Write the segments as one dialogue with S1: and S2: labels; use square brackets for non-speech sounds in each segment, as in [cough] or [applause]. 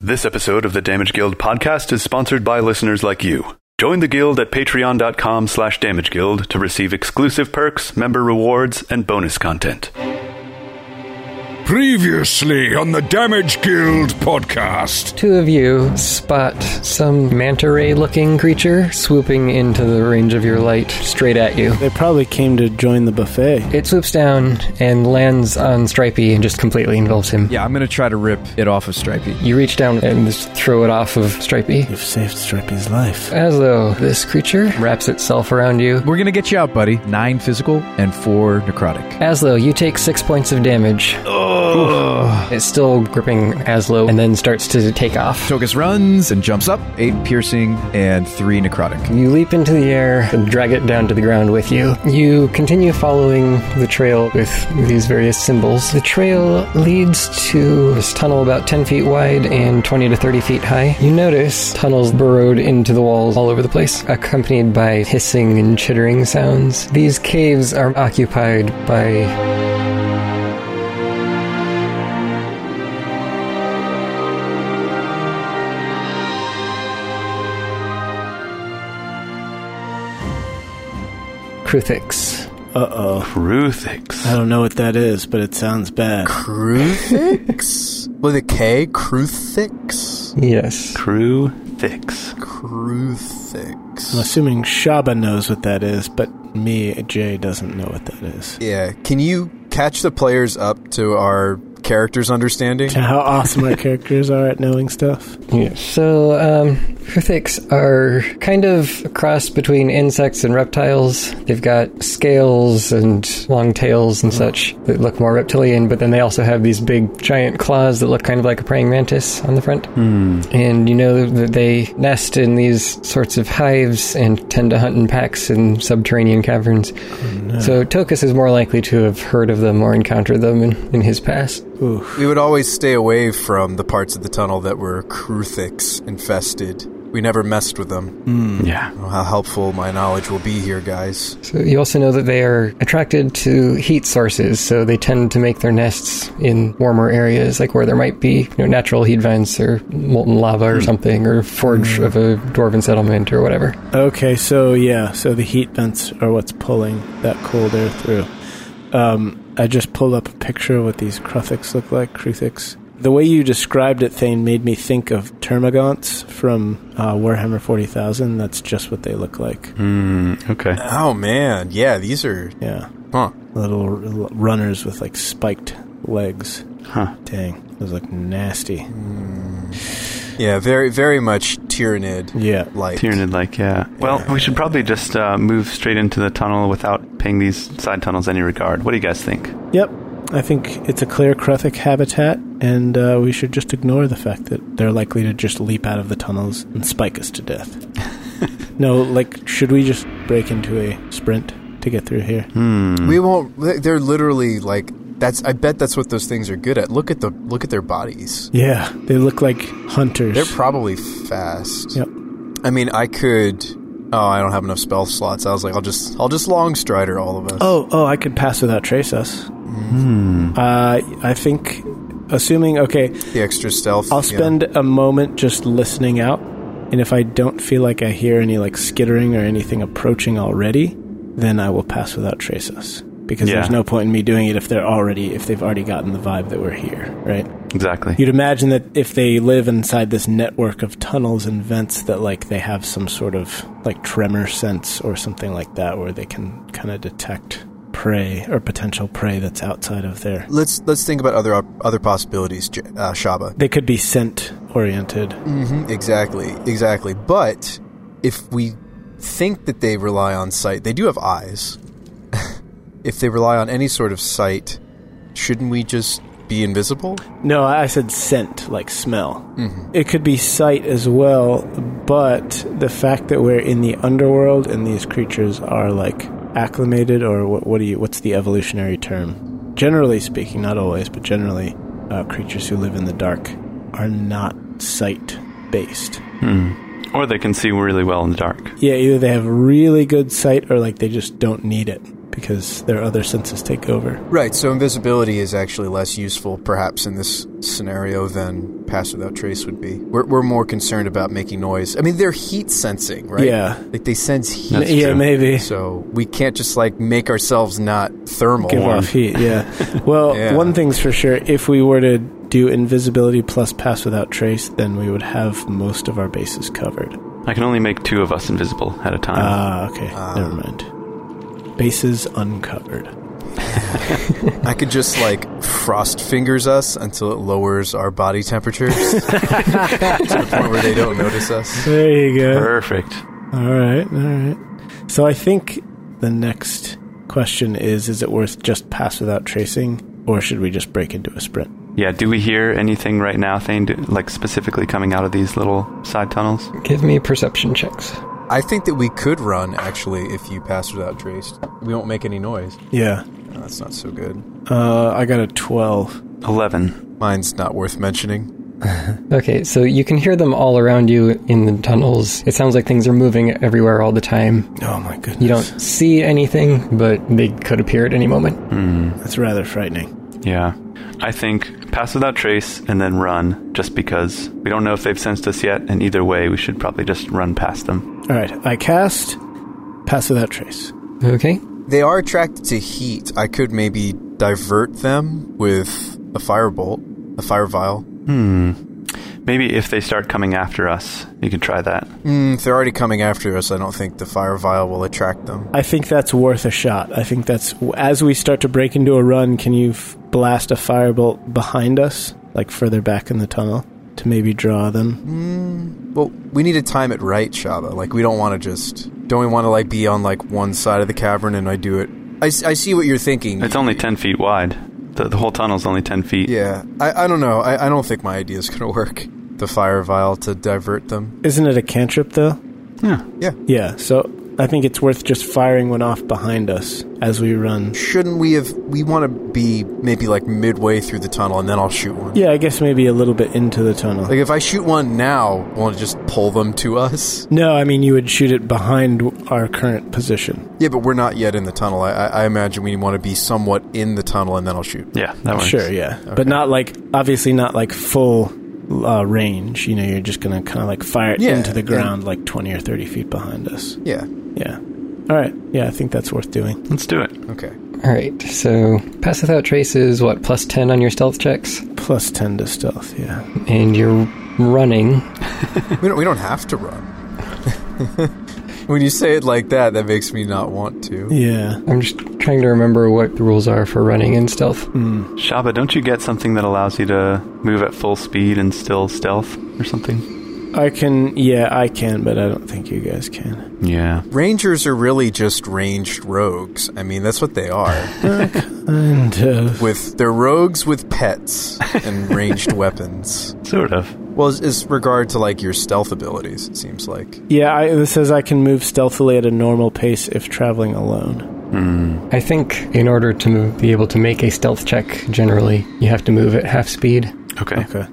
S1: This episode of the Damage Guild podcast is sponsored by listeners like you. Join the guild at patreon.com slash damageguild to receive exclusive perks, member rewards, and bonus content.
S2: Previously on the Damage Guild podcast.
S3: Two of you spot some manta ray looking creature swooping into the range of your light straight at you.
S4: They probably came to join the buffet.
S3: It swoops down and lands on Stripey and just completely engulfs him.
S5: Yeah, I'm gonna try to rip it off of Stripey.
S3: You reach down and just throw it off of Stripey.
S4: You've saved Stripey's life.
S3: As though this creature wraps itself around you.
S5: We're gonna get you out, buddy. Nine physical and four necrotic.
S3: Aslo, you take six points of damage. It's still gripping Aslo and then starts to take off.
S5: Tokus runs and jumps up, eight piercing and three necrotic.
S3: You leap into the air and drag it down to the ground with you. You continue following the trail with these various symbols. The trail leads to this tunnel about 10 feet wide and 20 to 30 feet high. You notice tunnels burrowed into the walls all over the place, accompanied by hissing and chittering sounds. These caves are occupied by Kruthix.
S4: Uh oh. I
S1: Ruthix.
S4: don't know what that is, but it sounds bad.
S6: Cruthix? With a K? Cruthix?
S3: Yes.
S1: Ruthix.
S4: I'm
S6: Cruthix.
S4: assuming Shaba knows what that is, but me, Jay, doesn't know what that is.
S6: Yeah, can you catch the players up to our character's understanding?
S4: To how awesome our characters are at knowing stuff.
S3: So, um, Kruthix are kind of a cross between insects and reptiles. They've got scales and long tails and such that look more reptilian, but then they also have these big, giant claws that look kind of like a praying mantis on the front. And you know that they nest in these sorts of hives and tend to hunt in packs in subterranean caverns. So, Tokus is more likely to have heard of them or encountered them in, in his past.
S6: We would always stay away from the parts of the tunnel that were Cruthix infested. We never messed with them.
S1: Yeah.
S6: Oh, How helpful my knowledge will be here, guys.
S3: So you also know that they are attracted to heat sources, so they tend to make their nests in warmer areas, like where there might be you know, natural heat vents or molten lava or something, or forge of a dwarven settlement or whatever.
S4: Okay, so yeah, so the heat vents are what's pulling that cold air through. Um, I just pulled up a picture of what these Kruthix look like, Kruthix. The way you described it, Thane, made me think of termagants from uh, Warhammer 40,000. That's just what they look like.
S1: Hmm, Okay.
S6: Oh man, yeah, these are.
S4: Yeah.
S6: Huh.
S4: Little r- runners with like spiked legs.
S1: Huh.
S4: Dang. Those look nasty.
S6: Yeah, very, very much Tyranid
S4: Yeah.
S6: like.
S1: Tyranid like, yeah. Well, we should probably just uh, move straight into the tunnel without paying these side tunnels any regard. What do you guys think?
S4: Yep. I think it's a clear Kruthic habitat, and uh, we should just ignore the fact that they're likely to just leap out of the tunnels and spike us to death. no, like, should we just break into a sprint to get through here?
S1: Hmm,
S6: We won't. They're literally like. That's. I bet that's what those things are good at. Look at the. Look at their bodies.
S4: Yeah, they look like hunters.
S6: They're probably fast.
S4: yep.
S6: I mean, I could. Oh, I don't have enough spell slots. I was like, I'll just, I'll just long strider all of us.
S4: Oh, oh, I could pass without trace us. Uh, I think, assuming, okay,
S6: the extra stealth.
S4: I'll
S6: yeah.
S4: spend a moment just listening out, and if I don't feel like I hear any like skittering or anything approaching already, then I will pass without trace us. Because
S1: Yeah.
S4: there's no point in me doing it if they're already if they've already gotten the vibe that we're here, right?
S1: Exactly.
S4: You'd imagine that if they live inside this network of tunnels and vents that like they have some sort of like tremor sense or something like that where they can kind of detect prey or potential prey that's outside of their
S6: Let's let's think about other op- other possibilities, J- uh, Shaba.
S4: they could be scent oriented.
S6: Mm-hmm. Exactly, exactly. But if we think that they rely on sight, they do have eyes. [laughs] if they rely on any sort of sight, shouldn't we just be invisible?
S4: No, I said scent, like smell.
S1: Mm-hmm.
S4: It could be sight as well, but the fact that we're in the underworld and these creatures are like acclimated, or what, what do you? What's the evolutionary term? Generally speaking, not always, but generally, uh, creatures who live in the dark are not sight based.
S1: Or they can see really well in the dark.
S4: Yeah, either they have really good sight, or like they just don't need it because their other senses take over.
S6: Right, so invisibility is actually less useful, perhaps, in this scenario than pass without trace would be. We're, we're more concerned about making noise. I mean, they're heat sensing, right?
S4: Yeah.
S6: Like they sense heat.
S1: That's
S4: yeah,
S1: true.
S4: maybe.
S6: So we can't just like make ourselves not thermal.
S4: Give off heat, [laughs] yeah. Well,
S6: Yeah.
S4: one thing's for sure if we were to do invisibility plus pass without trace, then we would have most of our bases covered.
S1: I can only make two of us invisible at a time.
S4: Ah, okay. Never mind. Bases uncovered.
S6: I could just like frost fingers us until it lowers our body temperatures to the [laughs] point where they don't notice us.
S4: There you
S1: [laughs]
S4: go.
S1: Perfect.
S4: All right, all right. So I think the next question is is it worth just pass without tracing or should we just break into a sprint?
S1: Yeah, do we hear anything right now, Thane, do- like specifically coming out of these little side tunnels?
S3: Give me perception checks.
S6: I think that we could run actually if you pass without trace. We won't make any noise.
S4: Yeah.
S6: No, that's not so good.
S4: Uh, I got a 12.
S1: 11.
S6: Mine's not worth mentioning.
S3: Okay, so you can hear them all around you in the tunnels. It sounds like things are moving everywhere all the time.
S4: Oh my goodness.
S3: You don't see anything, but they could appear at any moment.
S4: That's rather frightening.
S1: Yeah. I think pass without trace and then run, just because we don't know if they've sensed us yet, and either way, we should probably just run past them.
S4: All right, I cast pass without trace.
S3: Okay?
S6: They are attracted to heat. I could maybe divert them with a firebolt, a fire vial.
S1: Maybe if they start coming after us, you can try that.
S6: Mm, if they're already coming after us, I don't think the fire vial will attract them.
S4: I think that's worth a shot. I think that's as we start to break into a run, can you f- blast a firebolt behind us, like further back in the tunnel to maybe draw them?
S6: Well, we need to time it right, Shaba. Like, we don't want to just. Don't we want to, like, be on, like, one side of the cavern and I do it? I, s- I see what you're thinking.
S1: It's only 10 feet wide. The, the whole tunnel's only 10 feet.
S6: Yeah. I, I don't know. I, I don't think my idea's going to work. The fire vial to divert them.
S4: Isn't it a cantrip though?
S1: Yeah.
S4: Yeah, so I think it's worth just firing one off behind us as we run.
S6: Shouldn't we have. We want to be maybe, like, midway through the tunnel and then I'll shoot one.
S4: Yeah, I guess maybe a little bit into the tunnel.
S6: Like, if I shoot one now, will it just pull them to us?
S4: No, I mean you would shoot it behind our current position.
S6: Yeah, but we're not yet in the tunnel. I, I, I imagine we want to be somewhat in the tunnel and then I'll shoot.
S1: Yeah, that works.
S4: Sure, yeah. But not like obviously not like full uh, range. You know, you're just gonna kind of like fire it
S6: Yeah,
S4: into the
S6: yeah.
S4: ground like twenty or thirty feet behind us.
S6: Yeah.
S4: Yeah. All right. Yeah, I think that's worth doing.
S1: Let's do it.
S6: Okay.
S3: Alright, so Pass Without Trace is what, plus 10 on your stealth checks?
S4: Plus ten to stealth. Yeah.
S3: And you're running.
S6: We don't, we don't have to run. [laughs] when you say it like that, that makes me not want to.
S4: Yeah.
S3: I'm just trying to remember what the rules are for running in stealth.
S4: Hmm.
S1: Shaba, don't you get something that allows you to move at full speed and still stealth or something?
S4: I can. Yeah, I can, but I don't think you guys can.
S1: Yeah.
S6: Rangers are really just ranged rogues. I mean, that's what they are.
S4: And uh,
S6: with they're rogues with pets and [laughs] ranged weapons.
S1: Sort of.
S6: Well, as, as regard to like your stealth abilities, it seems like.
S4: Yeah, I, this says I can move stealthily at a normal pace if traveling alone.
S1: Hmm.
S3: I think in order to move, be able to make a stealth check, generally, you have to move at half speed.
S1: Okay.
S4: Okay.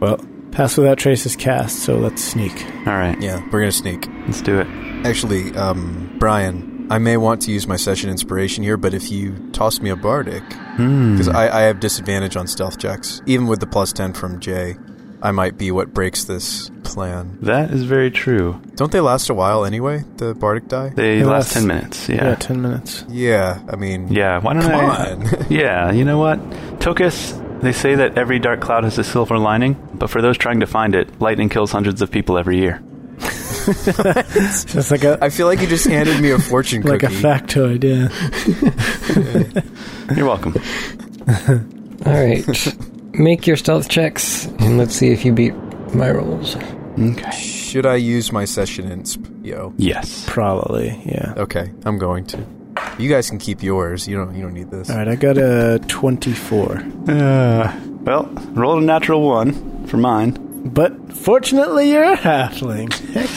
S4: Well, pass without trace is cast, so let's sneak.
S1: All right.
S6: Yeah, we're gonna sneak.
S1: Let's do it.
S6: Actually, um, Brian, I may want to use my session inspiration here, but if you toss me a bardic,
S4: Hmm.
S6: because I, I have disadvantage on stealth checks, even with the plus ten from Jay, I might be what breaks this plan.
S1: That is very true.
S6: Don't they last a while anyway, the bardic die?
S1: They
S4: It
S1: last
S4: lasts-
S1: 10 minutes.
S4: Yeah,
S1: Yeah. Yeah.
S4: ten minutes.
S6: yeah, I mean,
S1: why don't
S6: come
S1: I?
S6: on.
S1: [laughs] Yeah, you know what? Tokus, they say that every dark cloud has a silver lining, but for those trying to find it, lightning kills hundreds of people every year.
S4: That's like a
S6: I feel like you just
S4: [laughs]
S6: handed me a fortune
S4: like
S6: cookie.
S4: a factoid. Yeah.
S1: You're welcome.
S3: Alright, make your stealth checks, and let's see if you beat my rolls.
S1: okay.
S6: Should I use my session insp? Yo,
S1: Yes.
S4: Probably. Yeah.
S6: okay, I'm going to. You guys can keep yours. You don't. You don't need this.
S4: All right, I got a twenty-four,
S1: Uh, well, rolled a natural one for mine.
S4: but fortunately you're a halfling. Heck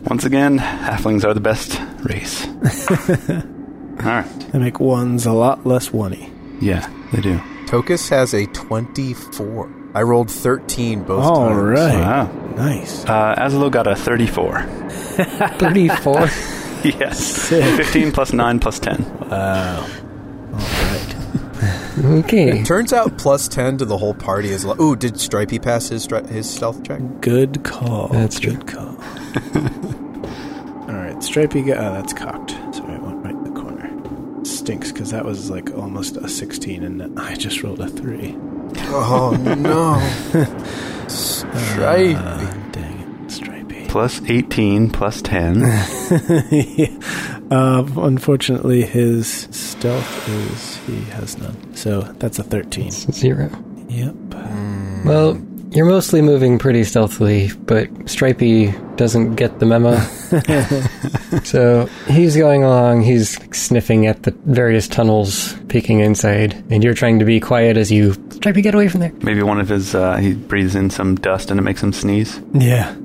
S4: yeah!
S1: Once again, halflings are the best race. All right.
S4: They make ones a lot less oney.
S1: Yeah, they do.
S6: Tokus has a 24. I rolled 13 both
S4: All
S6: times.
S1: Ah,
S4: right.
S1: Wow.
S4: Nice.
S1: Uh, Aslo got a 34.
S3: 34.
S1: [laughs] yes.
S4: Sick.
S1: 15 plus 9 plus 10.
S3: [laughs] Okay.
S6: Turns out plus 10 to the whole party is. Lo- Ooh, did Stripey pass his, stri- his stealth check?
S4: Good call.
S3: That's true.
S4: Good call. All right, stripey guy. Oh, that's cocked. Sorry, I went right in the corner. Stinks because that was like almost a 16, and I just rolled a three.
S6: Oh, no. Stripey.
S4: Ah, dang it, stripey. [laughs]
S1: Plus 18 plus [laughs] 10.
S4: uh, unfortunately, his stealth is he has none, so that's a 13.
S3: Zero.
S4: Yep.
S3: Well, you're mostly moving pretty stealthily, but Stripey doesn't get the memo. so he's going along, he's like, sniffing at the various tunnels, peeking inside, and you're trying to be quiet as you. Stripey, get away from there.
S1: Maybe one of his, uh, he breathes in some dust and it makes him sneeze.
S4: Yeah. [laughs]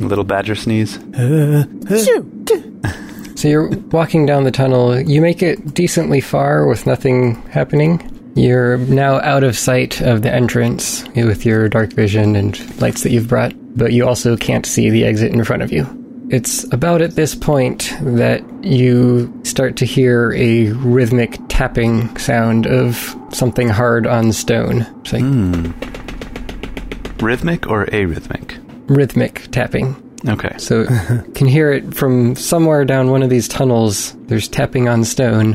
S1: Little badger sneeze.
S4: Uh,
S3: So you're walking down the tunnel. You make it decently far with nothing happening. You're now out of sight of the entrance with your dark vision and lights that you've brought, but you also can't see the exit in front of you. It's about at this point that you start to hear a rhythmic tapping sound of something hard on stone. It's like
S1: Rhythmic or arrhythmic?
S3: rhythmic tapping.
S1: Okay.
S3: So can hear it from somewhere down one of these tunnels. There's tapping on stone,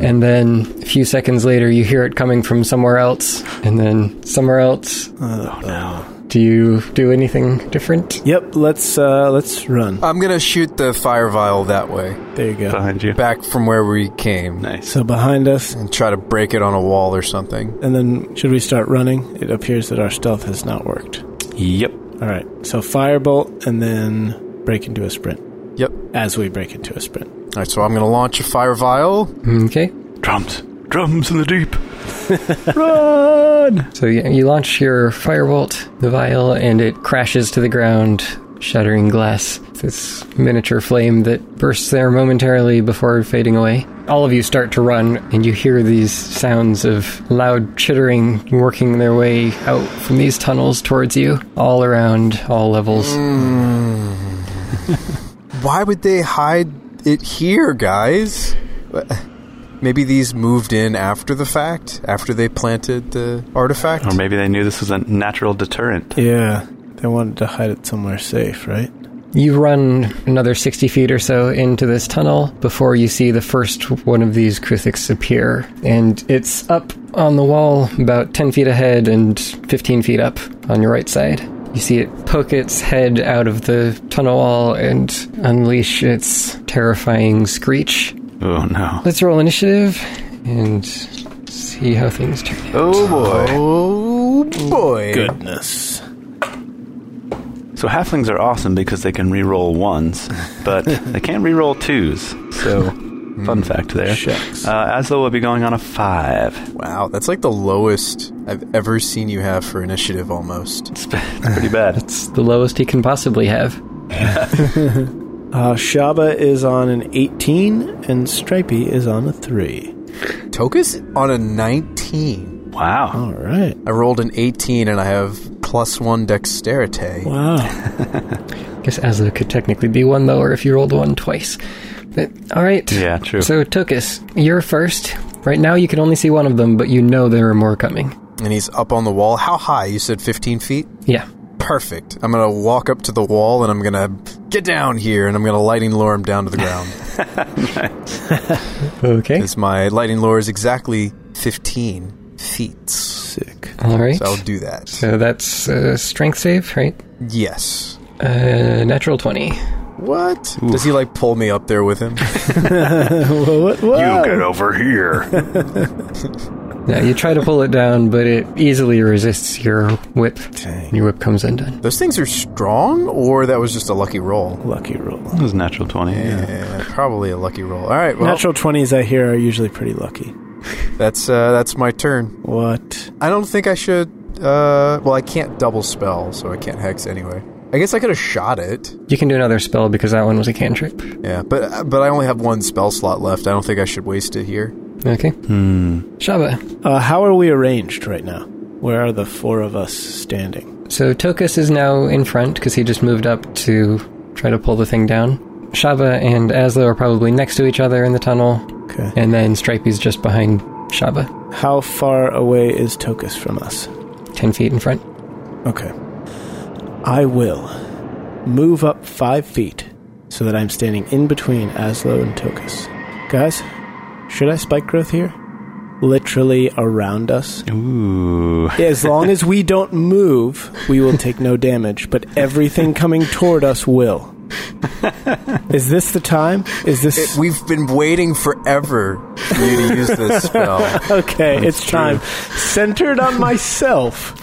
S3: and then a few seconds later, you hear it coming from somewhere else, and then somewhere else.
S4: oh no.
S3: Do you do anything different?
S4: Yep. Let's uh, let's run.
S6: I'm going to shoot the fire vial that way,
S4: There you go.
S1: Behind you.
S6: back from where we came,
S1: Nice.
S4: So behind us,
S6: and try to break it on a wall or something.
S4: and then should we start running? It appears that our stealth has not worked.
S1: Yep.
S4: All right. So firebolt, and then break into a sprint.
S6: Yep.
S4: As we break into a sprint.
S6: All right, so I'm going to launch a fire vial.
S3: Hmm, Okay.
S1: Drums. Drums in the deep. Run!
S3: So you, you launch your firebolt, the vial, and it crashes to the ground, shattering glass. This miniature flame that bursts there momentarily before fading away. All of you start to run, and you hear these sounds of loud chittering working their way out from these tunnels towards you, all around, all levels.
S6: Why would they hide it here, guys? [laughs] Maybe these moved in after the fact, after they planted the artifact.
S1: Or maybe they knew this was a natural deterrent.
S4: Yeah. They wanted to hide it somewhere safe, right?
S3: You run another 60 feet or so into this tunnel before you see the first one of these Krithiks appear. And it's up on the wall, about 10 feet ahead and 15 feet up on your right side. You see it poke its head out of the tunnel wall and unleash its terrifying screech.
S1: Oh no.
S3: Let's roll initiative and see how things turn out.
S1: Oh boy.
S6: Oh boy!
S4: Goodness.
S1: So halflings are awesome because they can re-roll [laughs] ones, but they can't re-roll twos. So, fun fact there.
S4: Shucks.
S1: Uh, Aslo will be going on a five.
S6: Wow, that's like the lowest I've ever seen you have for initiative. Almost.
S1: It's, it's [laughs] pretty bad.
S3: It's the lowest he can possibly have.
S4: Uh, Shaba is on an 18, and Stripey is on a 3.
S6: Tokus on a 19.
S1: Wow.
S4: All right.
S6: I rolled an 18, and I have plus one dexterity.
S4: Wow.
S3: Guess Aslo could technically be one though, or if you rolled one twice. But, all right.
S1: Yeah, true.
S3: So Tokus, you're first. Right now, you can only see one of them, but you know there are more coming.
S6: And he's up on the wall. How high? You said 15 feet.
S3: Yeah.
S6: Perfect. I'm gonna walk up to the wall and I'm gonna get down here and I'm gonna lightning lure him down to the ground.
S3: Okay.
S6: Because my lightning lure is exactly 15 feet. So
S4: Sick.
S3: All right.
S6: I'll do that.
S3: So that's uh, strength save, right?
S6: Yes.
S3: Uh, natural twenty.
S6: What? Does he like pull me up there with him?
S4: Whoa, [laughs] what,
S1: Oh.
S4: whoa.
S1: over here.
S3: Now you try to pull it down, but it easily resists your whip. Your whip comes undone.
S6: Those things are strong, or that was just a lucky roll?
S4: Lucky roll.
S1: it was natural twenty. Yeah.
S6: Yeah, probably a lucky roll. All right, well,
S4: Natural 20s I hear are usually pretty lucky.
S6: that's uh, that's my turn.
S4: What?
S6: I don't think I should. Uh, well, I can't double spell, so I can't hex anyway. I guess I could have shot it.
S3: You can do another spell because that one was a cantrip.
S6: Yeah, but but I only have one spell slot left. I don't think I should waste it here.
S3: Okay. Hmm. Shaba.
S4: Uh, how are we arranged right now? Where are the four of us standing?
S3: So Tokus is now in front because he just moved up to try to pull the thing down. Shaba and Aslo are probably next to each other in the tunnel,
S4: Okay.
S3: and then Stripey's just behind Shaba,
S4: How far away is Tokus from us?
S3: 10 feet in front.
S4: Okay. I will move up five feet so that I'm standing in between Aslo and Tokus. Guys, should I spike growth here? Literally around us.
S1: Ooh.
S4: As long as we don't move, we will take no damage, but everything coming toward us will. Is this the time? Is this
S6: It, we've been waiting forever for you to use this spell.
S4: [laughs] Okay, it's time. Centered on myself,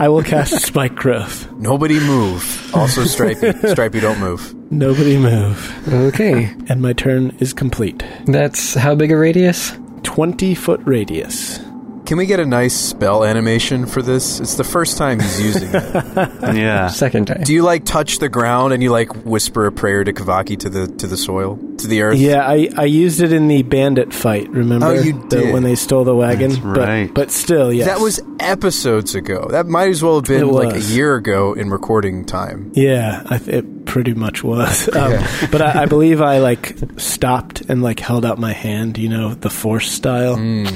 S4: I will [laughs] cast Spike Growth.
S6: Nobody move. Also, Stripey. Stripey, don't move.
S4: Nobody move.
S3: Okay,
S4: And my turn is complete.
S3: [laughs] that's how big a radius?
S4: 20 foot radius.
S6: Can we get a nice spell animation for this? It's the first time he's using it. [laughs]
S1: Yeah.
S3: Second time.
S6: Do you like touch the ground and you like whisper a prayer to Kavaki to the to the soil to the earth?
S4: Yeah, I, I used it in the bandit fight, remember?
S6: Oh, you
S4: The-
S6: did.
S4: when they stole the wagon.
S1: That's
S4: But-
S1: right.
S4: But, still, yes.
S6: That was episodes ago. That might as well have
S4: It
S6: been like a
S4: was.
S6: year ago in recording time.
S4: Yeah, I th- it pretty much was. Um,
S6: [laughs] Yeah.
S4: But I, I believe I like stopped and like held out my hand, you know, the force style,
S6: Hmm.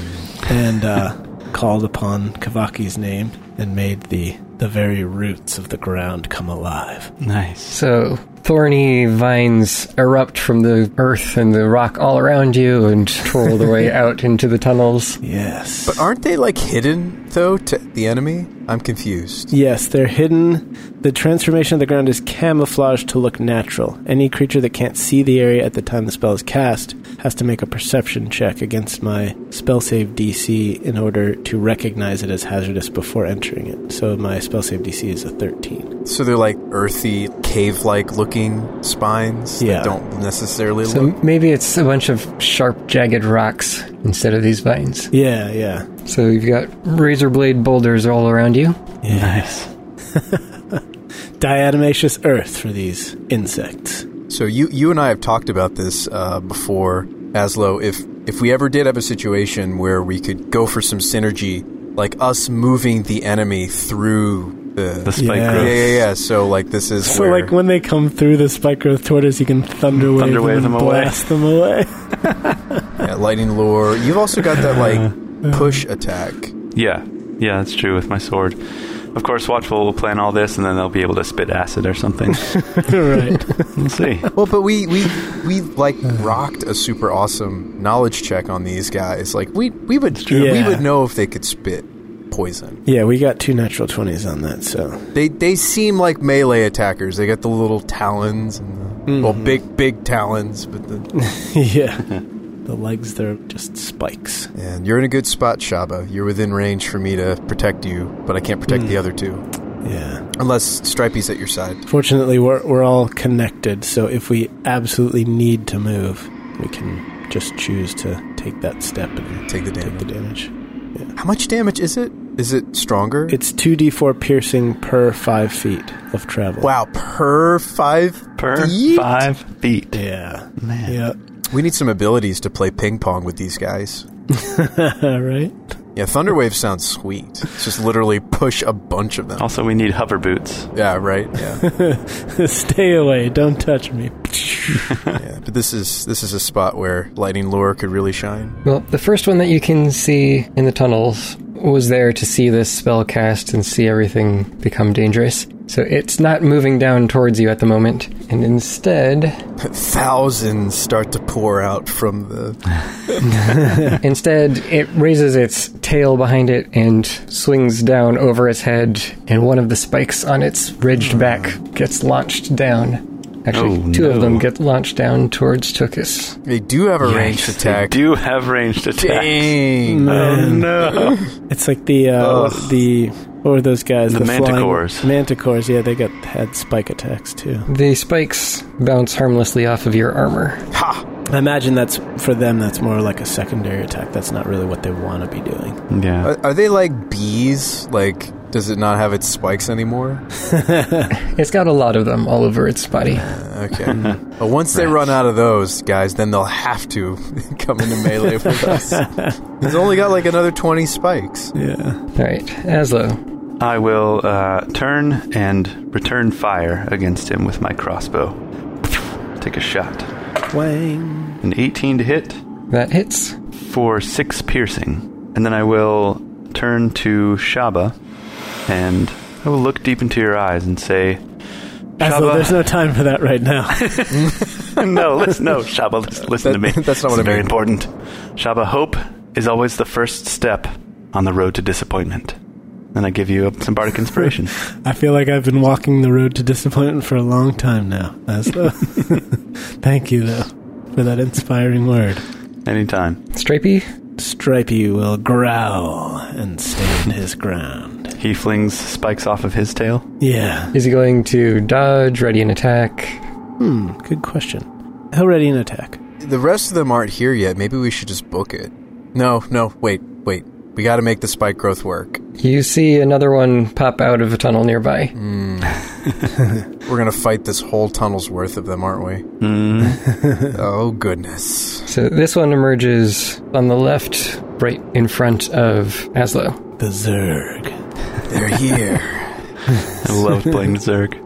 S4: and uh, called upon Kavaki's name and made the the very roots of the ground come alive.
S1: Nice.
S3: So thorny vines erupt from the earth and the rock all around you and twirl their [laughs] way out into the tunnels.
S4: Yes.
S6: But aren't they like hidden though to the enemy? I'm confused.
S4: Yes, they're hidden. The transformation of the ground is camouflaged to look natural. Any creature that can't see the area at the time the spell is cast has to make a perception check against my spell save DC in order to recognize it as hazardous before entering it. So my spell save DC is a 13.
S6: So they're like earthy, cave-like looking spines
S4: Yeah.
S6: that don't necessarily
S3: So
S6: look.
S3: maybe it's a bunch of sharp, jagged rocks instead of these vines.
S4: Yeah, yeah.
S3: So you've got razor blade boulders all around you.
S4: yeah.
S1: Nice.
S4: [laughs] Diatomaceous earth for these insects.
S6: So you you and I have talked about this uh, before, Aslo. If if we ever did have a situation where we could go for some synergy, like us moving the enemy through the,
S1: The spike
S4: Yeah.
S6: yeah,
S1: growth.
S6: yeah yeah. So like this is
S4: So,
S6: where
S4: like, when they come through the spike growth toward us, you can thunder wave,
S1: Thunder
S4: them,
S1: wave
S4: and
S1: them away.
S4: blast them away. [laughs]
S6: yeah, lightning lore. You've also got that
S4: [laughs]
S6: like push attack.
S1: Yeah, yeah, that's true with my sword. Of course, Watchful will plan all this, and then they'll be able to spit acid or
S6: [laughs]
S1: something.
S4: right.
S1: we'll see.
S6: Well, but we we we like rocked a super awesome knowledge check on these guys. Like we we would
S4: true.
S6: we
S4: Yeah.
S6: would know if they could spit poison.
S4: Yeah, we got two natural 20s on that, so. [laughs]
S6: They they seem like melee attackers. They got the little talons and the, well big big talons, but the,
S4: yeah. The legs, they're just spikes.
S6: and you're in a good spot, Shaba. You're within range for me to protect you, but I can't protect the other two
S4: Yeah.
S6: unless Stripey's at your side.
S4: Fortunately, we're, we're all connected, so if we absolutely need to move, we can just choose to take that step and
S6: Take the
S4: take
S6: damage.
S4: the damage.
S6: How much damage is it? Is it stronger?
S4: It's 2d4 piercing per 5 feet of travel.
S6: wow per five
S1: Per
S6: feet?
S1: five feet.
S4: Yeah.
S1: Man.
S4: Yeah.
S6: We need some abilities to play ping pong with these guys.
S4: [laughs] right?
S6: Yeah, Thunderwave sounds sweet. It's just literally push a bunch of them.
S1: Also, we need hover boots.
S6: Yeah, right. Yeah.
S4: Stay away. Don't touch me. [laughs]
S6: yeah. But this is this is a spot where lightning lore could really shine.
S3: Well, the first one that you can see in the tunnels was there to see this spell cast and see everything become dangerous. So it's not moving down towards you at the moment, and instead,
S6: Thousands start to pour out from the
S3: instead it raises its tail behind it and swings down over its head, and one of the spikes on its ridged back gets launched down. Actually,
S1: Oh,
S3: two of them
S1: no.
S3: get launched down towards Tukus.
S6: They do have a ranged
S1: Yikes,
S6: attack.
S1: They do have ranged attacks.
S6: Dang.
S1: Oh no!
S4: [laughs] It's like the uh, what- the what were those guys?
S1: The
S4: flying-
S1: manticores.
S4: manticores. Yeah, they got had spike attacks too.
S3: The spikes bounce harmlessly off of your armor.
S6: Ha.
S4: I imagine that's for them. That's more like a secondary attack. That's not really what they want to be doing.
S1: yeah,
S6: Are, are they like bees? Like does it not have its spikes anymore?
S3: It's got a lot of them all over its body.
S1: [laughs]
S6: Okay. but once they run out of those guys, then they'll have to [laughs] come into melee with
S1: [laughs]
S6: us. He's only got like another 20 spikes.
S4: Yeah.
S3: All right, Aslo,
S1: I will uh, turn and return fire against him with my crossbow. Take a shot.
S4: Wang.
S1: An 18 to hit
S3: That hits.
S1: for 6 piercing. And then I will turn to Shaba and I will look deep into your eyes and say, [laughs]
S4: Aslo,
S1: Shaba.
S4: there's no time for that right
S1: [laughs]
S4: now.
S1: no, listen, no, Shaba, listen, listen to me.
S6: That- that's not
S1: This is
S6: what I
S1: very
S6: mean.
S1: important. Shaba, hope is always the first step on the road to disappointment. Then I give you some
S6: [laughs]
S1: bardic inspiration.
S4: I feel like I've been walking the road to disappointment for a long time now,
S1: [laughs]
S4: Aslo. Thank you, though, for that inspiring word.
S1: Anytime.
S3: Stripey,
S4: Stripey will growl and stand his ground.
S1: He flings spikes off of his tail.
S4: Yeah.
S3: is he going to dodge, ready an attack?
S4: Hmm, good question. He'll ready an attack.
S6: The rest of them aren't here yet. Maybe we should just book it. No, no, wait, wait. We got to make the spike growth work.
S3: You see another one pop out of a tunnel nearby.
S6: We're gonna fight this whole tunnel's worth of them,
S1: [laughs]
S6: aren't we?
S1: Mm.
S6: Oh goodness.
S3: So this one emerges on the left, right in front of Aslo.
S4: The Zerg.
S6: They're here.
S1: I love playing Zerg.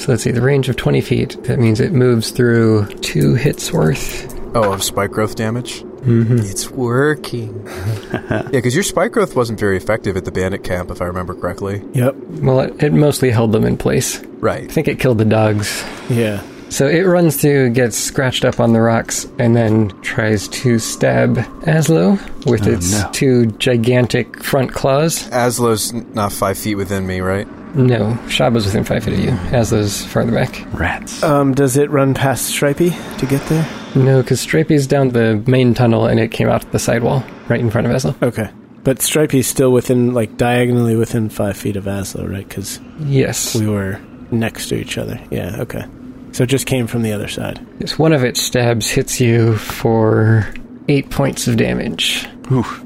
S3: So let's see, the range of 20 feet. That means it moves through two hits worth.
S6: Oh, of spike growth damage. Mm-hmm. It's [laughs] working. yeah, because your spike growth wasn't very effective at the bandit camp, if I remember correctly.
S4: Yep.
S3: Well, it, it mostly held them in place. I
S6: Right.
S3: think it killed the dogs.
S4: Yeah.
S3: So it runs through, gets scratched up on the rocks, and then tries to stab Aslo with
S1: Oh,
S3: its
S1: no.
S3: two gigantic front claws.
S6: Aslo's n- not five feet within me, right?
S3: No, Shaba's within five feet of you. Aslo's farther back.
S1: Rats.
S6: Oh.
S4: Um, does it run past Stripey to get there?
S3: No, because Strapey's down the main tunnel and it came out the sidewall right in front of Aslo.
S4: Okay. But Stripey's still within, like, diagonally within five feet of Aslo, right? Because
S3: Yes.
S4: we were next to each other. Yeah, okay. So it just came from the other side.
S3: Yes, one of its stabs hits you for eight points of damage.
S1: Oof.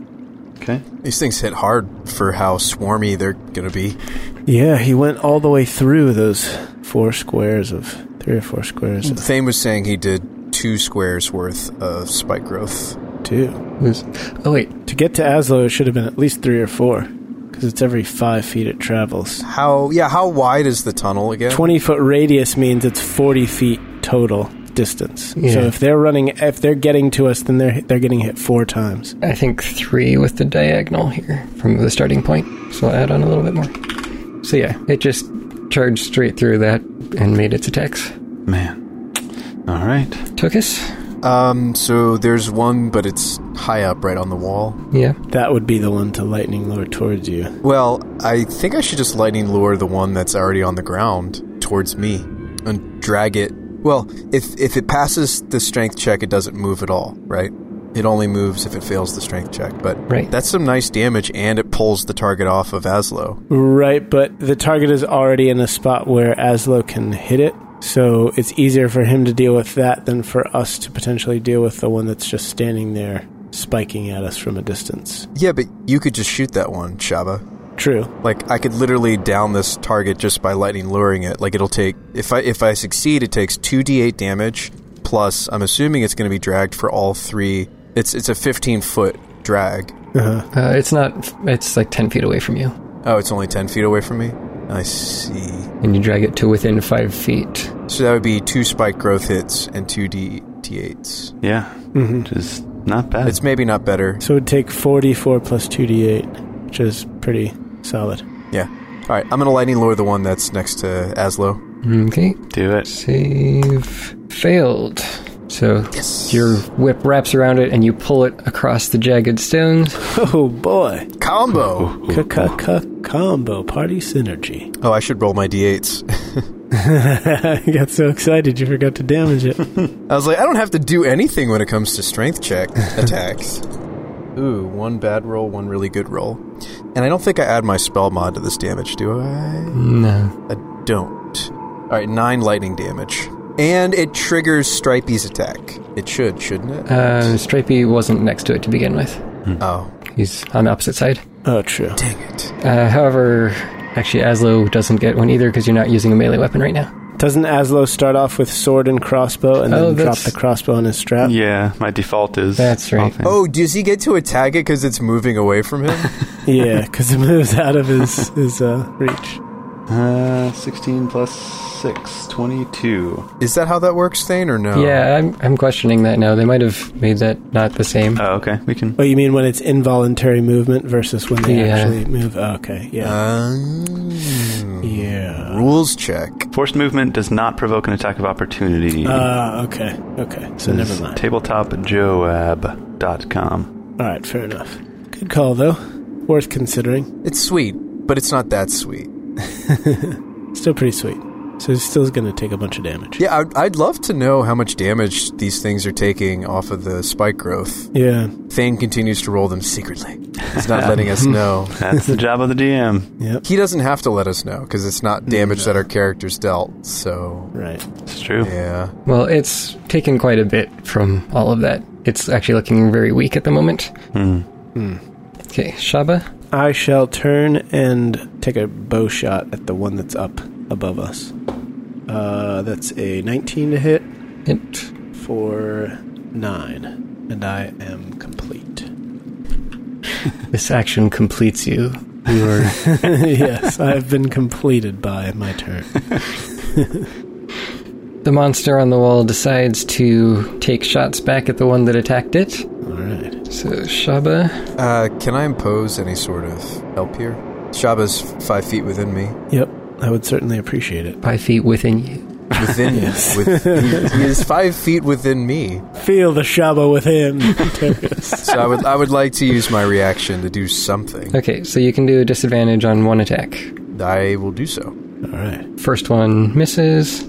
S1: Okay.
S6: These things hit hard for how swarmy they're gonna be.
S4: Yeah, he went all the way through those four squares of three or four squares of
S6: Thane was saying he did two squares worth of spike growth.
S4: two.
S3: Was- Oh, wait.
S4: To get to Aslo, it should have been at least three or four because it's every five feet it travels.
S6: How? Yeah. How wide is the tunnel again?
S4: 20 foot radius means it's 40 feet total distance.
S3: Yeah.
S4: So if they're running, if they're getting to us, then they're, they're getting hit four times.
S3: I think three with the diagonal here from the starting point. So I'll add on a little bit more. So yeah, it just charged straight through that and made its attacks.
S1: Man. All right.
S3: Tokus?
S6: Um, so there's one, but it's high up right on the wall.
S3: Yeah.
S4: That would be the one to lightning lure towards you.
S6: Well, I think I should just lightning lure the one that's already on the ground towards me and drag it. Well, if if it passes the strength check, it doesn't move at all, right? It only moves if it fails the strength check, but
S3: Right.
S6: that's some nice damage, and it pulls the target off of Aslo.
S4: Right, but the target is already in a spot where Aslo can hit it. So it's easier for him to deal with that than for us to potentially deal with the one that's just standing there spiking at us from a distance.
S6: Yeah, but you could just shoot that one, Shaba.
S4: True.
S6: Like I could literally down this target just by lightning luring it. Like it'll take if I if I succeed, it takes two d8 damage plus. I'm assuming it's going to be dragged for all three. It's it's a 15 foot drag.
S4: Uh-huh.
S3: Uh, it's not, it's like 10 feet away from you.
S6: Oh, it's only 10 feet away from me. I see.
S3: And you drag it to within five feet.
S6: So that would be two spike growth hits and two d d8s.
S1: Yeah. Mm-hmm. Which is not bad.
S6: It's maybe not better.
S4: So it would take 44 plus 2d8, which is pretty solid.
S6: Yeah. All right, I'm gonna lightning lure the one that's next to Aslo.
S3: Okay.
S1: Do it.
S3: Save failed. So
S6: Yes.
S3: your whip wraps around it and you pull it across the jagged stones.
S4: Oh boy.
S6: combo.
S4: Combo party synergy. [laughs]
S6: Oh, I should roll my [laughs] d8s.
S4: you got so excited you forgot to damage it.
S6: I was like, I don't have to do anything when it comes to
S3: [laughs]
S6: strength check attacks. Ooh, one bad roll, one really good roll. And I don't think I add my spell mod to this damage, do I?
S3: No.
S6: I don't. All right, nine lightning damage. And it triggers Stripey's attack. It should, shouldn't it?
S3: Uh, Stripey wasn't next to it to begin with.
S6: oh,
S3: He's on the opposite side.
S4: oh, true.
S6: dang it.
S3: Uh, however, actually, Aslo doesn't get one either because you're not using a melee weapon right now.
S4: Doesn't Aslo start off with sword and crossbow and
S3: Oh,
S4: then drop
S3: that's-
S4: the crossbow on his strap?
S1: Yeah, my default is.
S3: That's right.
S1: offhand.
S4: [laughs]
S6: Oh, does he get to attack
S3: [laughs]
S6: it because it's moving away from him?
S4: [laughs] Yeah, because it moves out of his, his uh, reach.
S1: Uh, 16 plus 6, 22.
S6: Is that how that works, Thane, or no?
S3: Yeah, I'm, I'm questioning that now. They might have made that not the same.
S1: Oh, okay. We can.
S4: Oh, you mean when it's involuntary movement versus when they
S3: Yeah.
S4: actually move? Oh, okay, yeah,
S6: Um,
S4: yeah.
S6: rules check.
S1: Forced movement does not provoke an attack of opportunity.
S4: Uh, okay, okay. So never mind.
S1: Tabletopjoab.com.
S4: All right, fair enough. Good call though. Worth considering. [laughs]
S6: It's sweet, but it's not that sweet.
S4: Still pretty sweet. So it's still going to take a bunch of damage.
S6: Yeah, I'd, I'd love to know how much damage these things are taking off of the spike growth.
S4: Yeah.
S6: Thane continues to roll them secretly. He's not letting us know.
S1: That's the job of the DM.
S4: Yep.
S6: He doesn't have to let us know because it's not damage that our characters dealt. So,
S4: Right.
S1: It's true.
S6: yeah.
S3: Well, it's taken quite a bit from all of that. It's actually looking very weak at the moment.
S1: Hmm.
S3: Okay, Shaba.
S4: I shall turn and take a bow shot at the one that's up above us. Uh, that's a 19 to hit
S3: It
S4: for 9. And I am complete.
S3: this action completes you. You are
S4: [laughs] yes, I've been completed by my turn.
S3: The monster on the wall decides to take shots back at the one that attacked it.
S4: All right.
S3: So Shaba,
S6: Uh, can I impose any sort of help here? Shaba's five feet within me.
S4: Yep, I would certainly appreciate it.
S3: five feet within you.
S6: Within
S4: Yes.
S6: with, he, he is five feet within me.
S4: Feel the shaba within. [laughs] Terrence.
S6: So I would I would like to use my reaction to do something.
S3: Okay, so you can do a disadvantage on one attack.
S6: I will do so.
S4: All right.
S3: First one misses.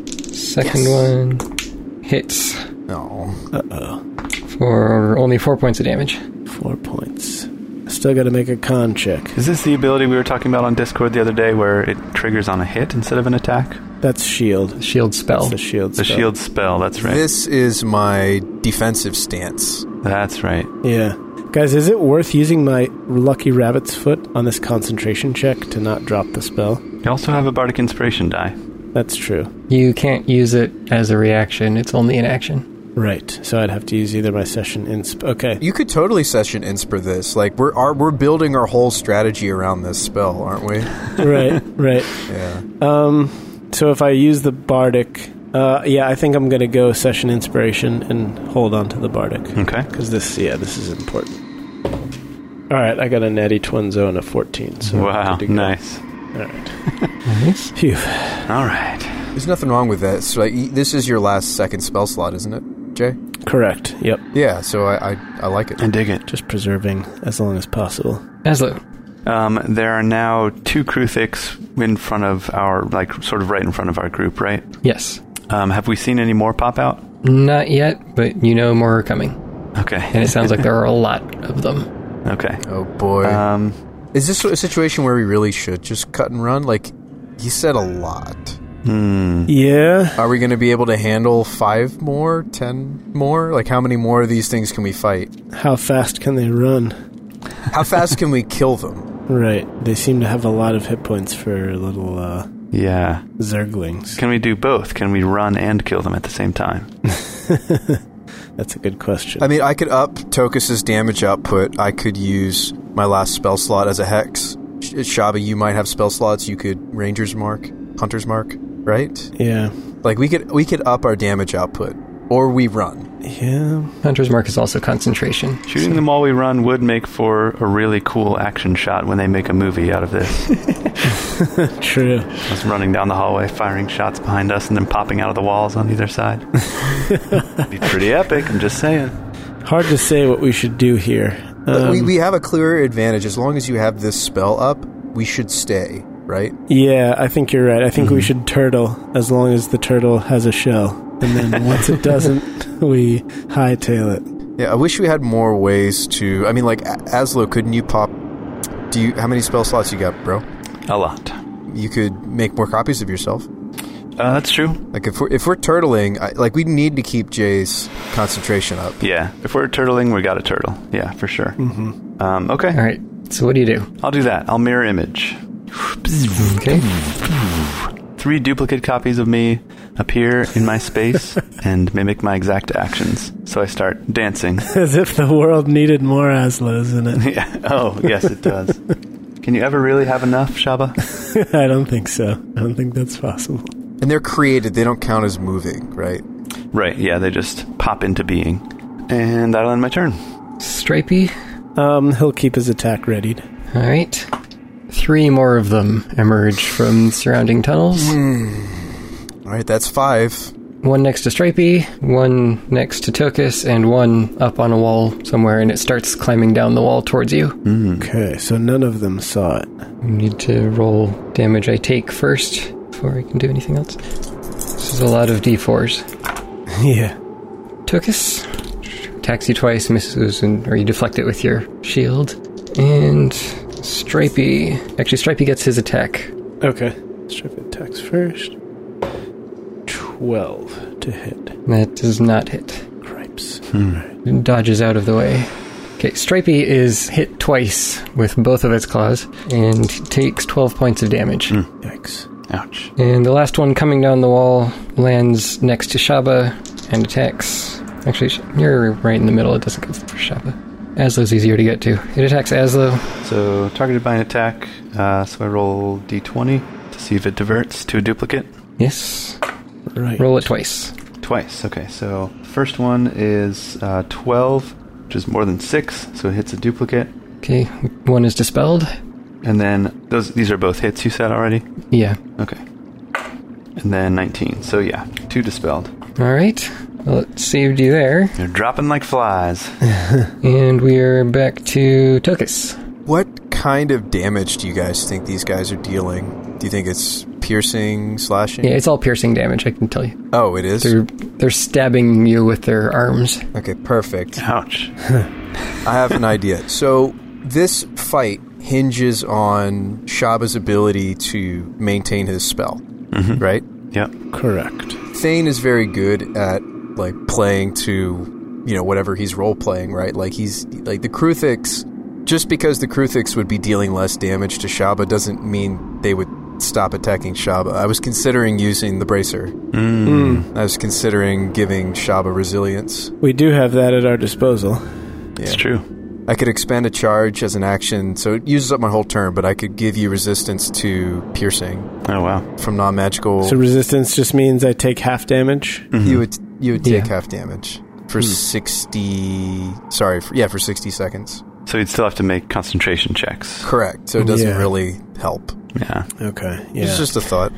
S3: Second
S6: Yes.
S3: one hits
S6: No.
S4: Uh oh.
S3: for only four points of damage.
S4: Four points. Still got to make a con check.
S1: Is this the ability we were talking about on Discord the other day where it triggers on a hit instead of an attack?
S4: That's shield.
S3: Shield spell.
S4: That's the shield.
S1: The
S4: spell.
S1: shield spell, that's right.
S6: This is my defensive stance.
S1: That's right.
S4: Yeah. Guys, is it worth using my lucky rabbit's foot on this concentration check to not drop the spell?
S1: You also have a bardic inspiration die.
S4: That's true.
S3: You can't use it as a reaction. It's only an action.
S4: Right. So I'd have to use either my session insp.
S1: [laughs]
S4: Okay.
S6: You could totally session inspire this. Like we're are, we're building our whole strategy around this spell, aren't we?
S4: right. Right.
S6: Yeah.
S4: Um. So if I use the bardic, uh, yeah, I think I'm gonna go session inspiration and hold on to the bardic
S1: [laughs] Okay.
S4: because this, yeah, this is important. All right, I got a natty twin zone of 14. So
S1: Wow,
S4: good to go.
S1: nice. [laughs]
S4: All right.
S3: Nice.
S4: Phew.
S1: All right.
S6: There's nothing wrong with that. So like, y- this is your last second spell slot, isn't it, Jay?
S4: Correct. Yep.
S6: Yeah. So I I, I like it.
S1: I dig it.
S4: Just preserving as long as possible.
S3: Aslo.
S1: Um, there are now two Kruthiks in front of our, like, sort of right in front of our group, right?
S3: Yes.
S1: Um, have we seen any more pop out?
S3: Not yet, but you know more are coming.
S1: Okay.
S3: And it sounds like there are a lot of them.
S1: [laughs] Okay.
S6: Oh boy.
S1: Um,
S6: is this a situation where we really should just cut and run? Like, he said a lot.
S1: hmm.
S4: Yeah.
S6: Are we going to be able to handle five more, ten more? Like, how many more of these things can we fight?
S4: How fast can they run?
S6: How fast can we kill them?
S4: Right. They seem to have a lot of hit points for little uh,
S1: Yeah.
S4: zerglings.
S1: Can we do both? Can we run and kill them at the same time?
S4: [laughs] That's a good question.
S6: I mean, I could up Tokus's damage output. I could use my last spell slot as a hex. Sh- Shaba, you might have spell slots. You could Ranger's Mark, Hunter's Mark, right?
S4: yeah.
S6: Like we could we could up our damage output, or we run.
S4: Yeah.
S3: Hunter's mark is also concentration.
S1: Shooting them while we run would make for a really cool action shot when they make a movie out of this.
S4: True.
S1: Us running down the hallway, firing shots behind us, and then popping out of the walls on either
S3: [laughs]
S1: side. be pretty epic, I'm just saying.
S4: Hard to say what we should do here.
S6: But we
S4: Um,
S6: we have a clear advantage as long as you have this spell up. We should stay, right?
S4: yeah, I think you're right. I think we
S6: Mm-hmm.
S4: should turtle as long as the turtle has a shell. And
S6: [laughs]
S4: then once it doesn't, we hightail it. [laughs]
S6: Yeah, I wish we had more ways to. I mean, like A- Aslo, couldn't you pop? Do you how many spell slots you got, bro?
S1: A lot.
S6: You could make more copies of yourself.
S1: Uh, that's true.
S6: Like if we're if we're turtling, I, like we need to keep Jay's concentration up.
S1: Yeah. If we're turtling, we got a turtle. Yeah, for sure. Mm-hmm. Um, okay.
S3: All right. So what do you do?
S1: I'll do that. I'll mirror image.
S3: Okay.
S1: Three duplicate copies of me appear in my
S3: [laughs]
S1: space and mimic my exact actions. So I start dancing. [laughs]
S4: As if the world needed more Aslos in it. [laughs]
S1: Yeah. Oh, yes, it does. Can you ever really have enough, Shaba?
S4: I don't think so. I don't think that's possible.
S6: And they're created, they don't count as moving, right?
S1: right, yeah, they just pop into being. And that'll end my turn.
S3: Stripey.
S4: Um, he'll keep his attack readied.
S3: All right. Three more of them emerge from surrounding tunnels.
S6: All right, that's five.
S3: One next to Stripey, one next to Tokus, and one up on a wall somewhere, and it starts climbing down the wall towards you.
S4: Okay, so none of them saw it.
S3: I need to roll damage I take first before I can do anything else. This is a lot of d4s.
S4: [laughs] yeah.
S3: Tokus attacks you twice, misses, and or you deflect it with your shield. And Stripey. Actually, Stripey gets his attack.
S4: Okay. Strip attacks first. 12 to hit.
S3: That does not hit.
S4: [laughs] Gripes.
S3: dodges out of the way. Okay, Stripey is hit twice with both of its claws and takes 12 points of damage.
S4: Yikes.
S1: Ouch.
S3: And the last one coming down the wall lands next to Shaba and attacks. Actually, sh- you're right in the middle. It doesn't go for Shaba. Aslo's easier to get to. It attacks Aslo.
S1: So, targeted by an attack, uh, so I roll d20 to see if it diverts to a duplicate.
S3: Yes.
S4: Right.
S3: Roll it twice.
S1: Twice. Okay, so first one is uh, 12, which is more than 6, so it hits a duplicate.
S3: Okay, one is dispelled.
S1: And then those these are both hits you said already.
S3: Yeah.
S1: Okay. And then 19. So yeah, two dispelled.
S3: All right. Well, it saved you there.
S1: They're dropping like flies.
S3: And we are back to Tokus.
S6: What kind of damage do you guys think these guys are dealing? Do you think it's piercing, slashing?
S3: Yeah, it's all piercing damage, I can tell you.
S6: Oh, it is?
S3: They're they're stabbing you with their arms.
S6: Okay, perfect. [laughs]
S1: Ouch.
S6: I have an idea. So this fight hinges on Shaba's ability to maintain his spell, right?
S1: Yep.
S4: Correct.
S6: Thane is very good at like playing to you know whatever he's role playing, right? Like he's like the Kruthix. Just because the Kruthix would be dealing less damage to Shaba doesn't mean they would stop attacking Shaba. I was considering using the bracer. Mm.
S1: Mm.
S6: I was considering giving Shaba resilience.
S4: We do have that at our disposal.
S1: It's true.
S6: I could expend a charge as an action, so it uses up my whole turn, but I could give you resistance to piercing
S1: Oh wow.
S6: from non magical.
S4: So resistance just means I take half damage.
S1: Mm-hmm.
S6: you would you would take
S3: Yeah.
S6: half damage for sixty. Sorry, for, yeah, for sixty seconds.
S1: So you'd still have to make concentration checks.
S6: Correct. So it doesn't
S4: Yeah.
S6: really help.
S1: Yeah.
S4: Okay. Yeah.
S6: It's just a thought.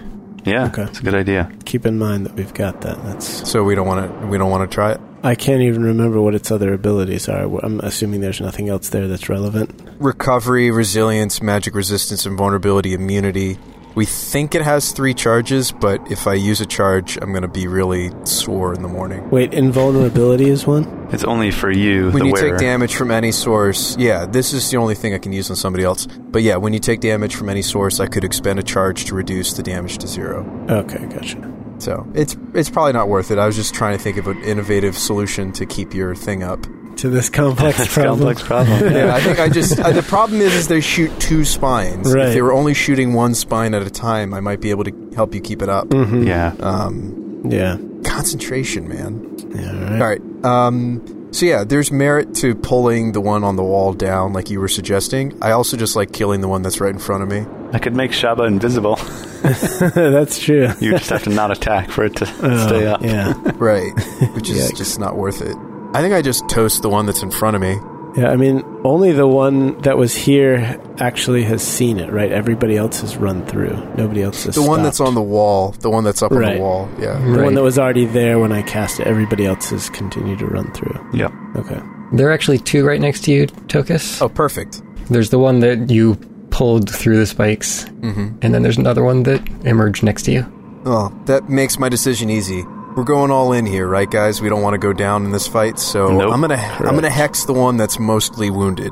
S1: Yeah.
S4: Okay.
S1: It's a good idea.
S4: keep in mind that we've got that. That's
S6: So we don't want to. We don't want to try it.
S4: I can't even remember what its other abilities are. I'm assuming there's nothing else there that's relevant.
S6: Recovery, resilience, magic resistance, and vulnerability immunity. We think it has three charges, but if I use a charge, I'm going to be really sore in the morning.
S4: Wait, invulnerability is one?
S1: It's only for you,
S6: when
S1: the
S6: you
S1: wearer.
S6: take damage from any source, yeah, this is the only thing I can use on somebody else. But yeah, when you take damage from any source, I could expend a charge to reduce the damage to zero.
S4: Okay, gotcha.
S6: So it's it's probably not worth it. I was just trying to think of an innovative solution to keep your thing up.
S4: To [laughs] this complex
S1: That's a
S4: problem.
S1: complex problem.
S6: [laughs] Yeah, I think I just uh, the problem is is they shoot two spines. If
S4: Right.
S6: they were only shooting one spine at a time, I might be able to help you keep it up.
S4: Mm.
S1: yeah.
S6: Um,
S4: Yeah. [laughs]
S6: concentration, man.
S4: yeah
S6: All right. Um, so yeah, there's merit to pulling the one on the wall down, like you were suggesting. I also just like killing the one that's right in front of me.
S4: [laughs]
S1: I could make Shaba invisible.
S4: that's true.
S1: you just have to not attack for it
S6: [laughs]
S1: to
S6: Oh,
S1: stay up.
S3: [laughs]
S4: Um, Yeah.
S6: Right. Which is
S4: Yikes.
S6: just not worth it. I think I just toast the one that's in front of me.
S4: Yeah, I mean, only the one that was here actually has seen it, right? Everybody else has run through. Nobody else has
S6: The one that's on the wall. The one that's up on
S4: Right.
S6: the wall. Yeah.
S4: The
S3: Right.
S4: one that was already there when I cast it. Everybody else has continued to run through.
S1: Yep.
S4: Okay.
S3: There are actually two right next to you, Tokus.
S6: Oh, perfect.
S3: There's the one that you pulled through the spikes, mm-hmm. and then there's another one that emerged next to you.
S6: Oh, that makes my decision easy. We're going all in here, right, guys? We don't want to go down in this fight, so
S1: Nope.
S6: I'm gonna I'm gonna hex the one that's mostly wounded.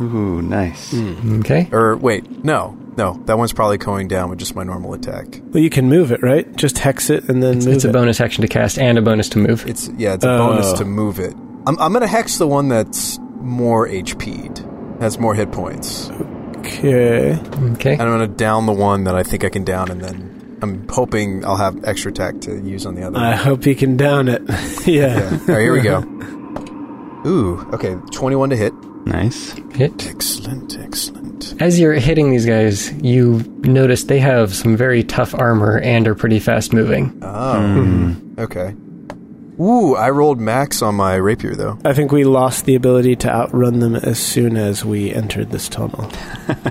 S1: Ooh, nice.
S6: Mm.
S3: Okay?
S6: Or wait, no, no, that one's probably going down with just my normal attack.
S4: Well, you can move it, right? Just hex it and then move
S3: it's
S4: it.
S3: a bonus action to cast and a bonus to move.
S6: It's yeah, it's a
S4: Oh.
S6: bonus to move it. I'm I'm gonna hex the one that's more HP'd, has more hit points.
S4: Okay.
S3: Okay?
S6: And I'm going to down the one that I think I can down, and then I'm hoping I'll have extra attack to use on the other.
S4: I hope you can down it. [laughs] yeah. [laughs]
S6: All right, here we go. Ooh, okay, 21 to hit. Mm-hmm.
S1: Nice.
S3: Hit.
S6: Excellent, excellent.
S3: As you're hitting these guys, you notice they have some very tough armor and are pretty fast moving.
S6: Oh,
S4: Hmm.
S6: Mm-hmm. Okay. Ooh, I rolled max on my rapier though.
S4: I think we lost the ability to outrun them as soon as we entered this tunnel.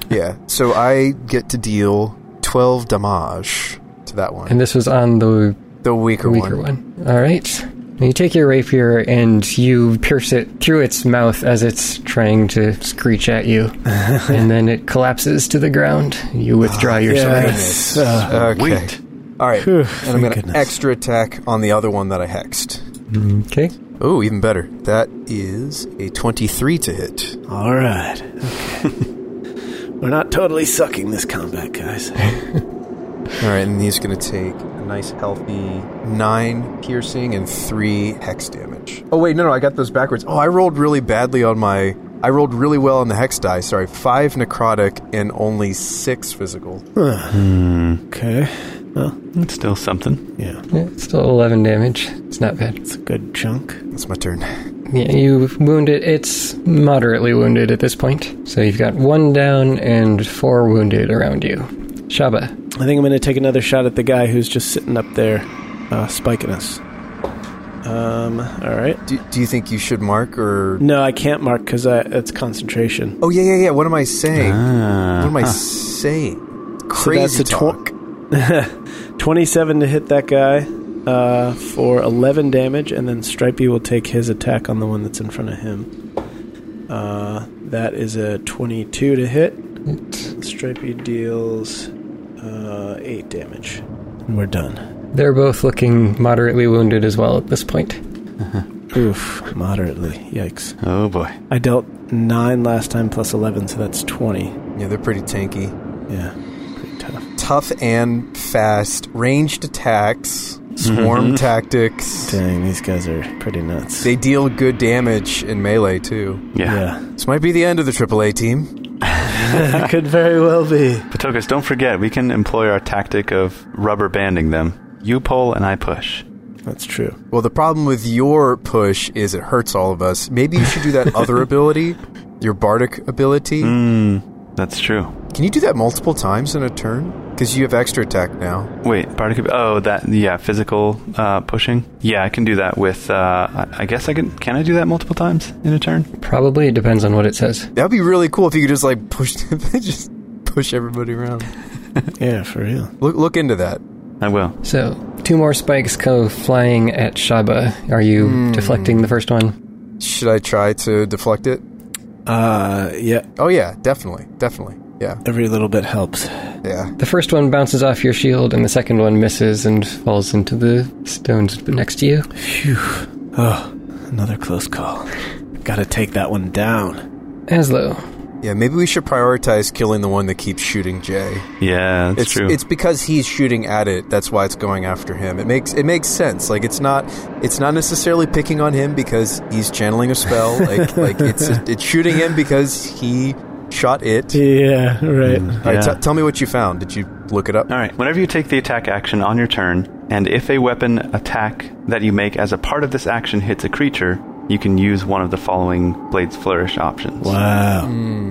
S6: Yeah. So I get to deal 12 damage to that one.
S3: And this was on the
S6: the weaker,
S3: weaker one. All right. And you take your rapier and you pierce it through its mouth as it's trying to screech at you. and then it collapses to the ground. You withdraw your sword.
S4: Yes. Uh,
S6: Okay.
S1: Wait.
S6: All right.
S4: Phew,
S6: and I'm
S4: thank
S6: going to
S4: goodness.
S6: extra attack on the other one that I hexed.
S3: Okay.
S6: Oh, even better. That is a 23 to hit.
S4: all right. Okay. [laughs] We're not totally sucking this combat, guys.
S6: All right, and he's going to take a nice healthy 9 piercing and 3 hex damage. Oh wait, no, no, I got those backwards. Oh, I rolled really badly on my I rolled really well on the hex die. Sorry. 5 necrotic and only 6 physical.
S4: Okay.
S1: It's Mm. [laughs] still something.
S4: Yeah,
S3: Yeah, it's still 11 damage. It's not bad.
S4: it's a good chunk.
S6: That's my turn.
S3: Yeah, you wound it. It's moderately wounded at this point. So you've got one down and four wounded around you. Shaba.
S4: I think I'm going to take another shot at the guy who's just sitting up there, uh, spiking us. Um. All right.
S6: Do, do you think you should mark or
S4: No, I can't mark because it's concentration.
S6: Oh yeah, yeah, yeah. What am I saying?
S1: Ah,
S6: what am I
S1: huh.
S6: saying?
S4: Uh-huh. So
S6: Crazy
S4: that's a
S6: talk.
S4: tw- [laughs] 27 to hit that guy uh, for 11 damage, and then Stripey will take his attack on the one that's in front of him. Uh, that is a 22 to hit. Stripey deals uh, 8 damage. And we're done.
S3: They're both looking moderately wounded as well at this point.
S4: Oof, moderately. Yikes.
S1: Oh boy.
S4: I dealt 9 last time plus 11, so that's 20.
S6: yeah, they're pretty tanky.
S4: Yeah, pretty tough.
S6: Tough and fast, ranged attacks, swarm
S4: Mm-hmm.
S6: tactics.
S4: Dang, these guys are pretty nuts.
S6: They deal good damage in melee too.
S1: Yeah.
S4: yeah,
S6: This might be the end of the AAA team.
S4: [laughs] that could very well be.
S1: Patokas, don't forget, we can employ our tactic of rubber banding them. You pull and I push.
S4: That's true.
S6: Well, the problem with your push is it hurts all of us. Maybe you should do that other ability, your bardic ability.
S1: Hmm.
S6: Mm.
S1: That's true.
S6: Can you do that multiple times in a turn? Because you have extra attack now.
S1: Wait, particle. Oh, that yeah, physical uh, pushing. Yeah, I can do that with. Uh, I I guess I can. Can I do that multiple times in a turn? [laughs]
S3: Probably it depends on what it says.
S6: That'd be really cool if you could just like push, [laughs] just push everybody around.
S4: Yeah, for real.
S6: Look, look into that.
S1: I will.
S3: So, two more spikes go flying at Shaba. Are you deflecting the first one?
S6: Should I try to deflect it?
S4: Uh, yeah,
S6: Oh yeah, definitely, definitely. Yeah,
S4: every little bit helps.
S6: yeah.
S3: The first one bounces off your shield, and the second one misses and falls into the stones next to you.
S4: Oh, another close call. Gotta take that one down.
S3: Aslo.
S6: Yeah, maybe we should prioritize killing the one that keeps shooting Jay.
S1: Yeah, that's
S6: it's
S1: true.
S6: it's because he's shooting at it. That's why it's going after him. It makes it makes sense. Like it's not it's not necessarily picking on him because he's channeling
S1: [laughs]
S6: a spell. like like it's it's shooting him because he shot it.
S4: Yeah, right.
S6: All right,
S1: Yeah.
S6: t- tell me what you found. Did you look it up?
S1: All right. Whenever you take the attack action on your turn, and if a weapon attack that you make as a part of this action hits a creature, you can use one of the following Blades Flourish options.
S4: Wow.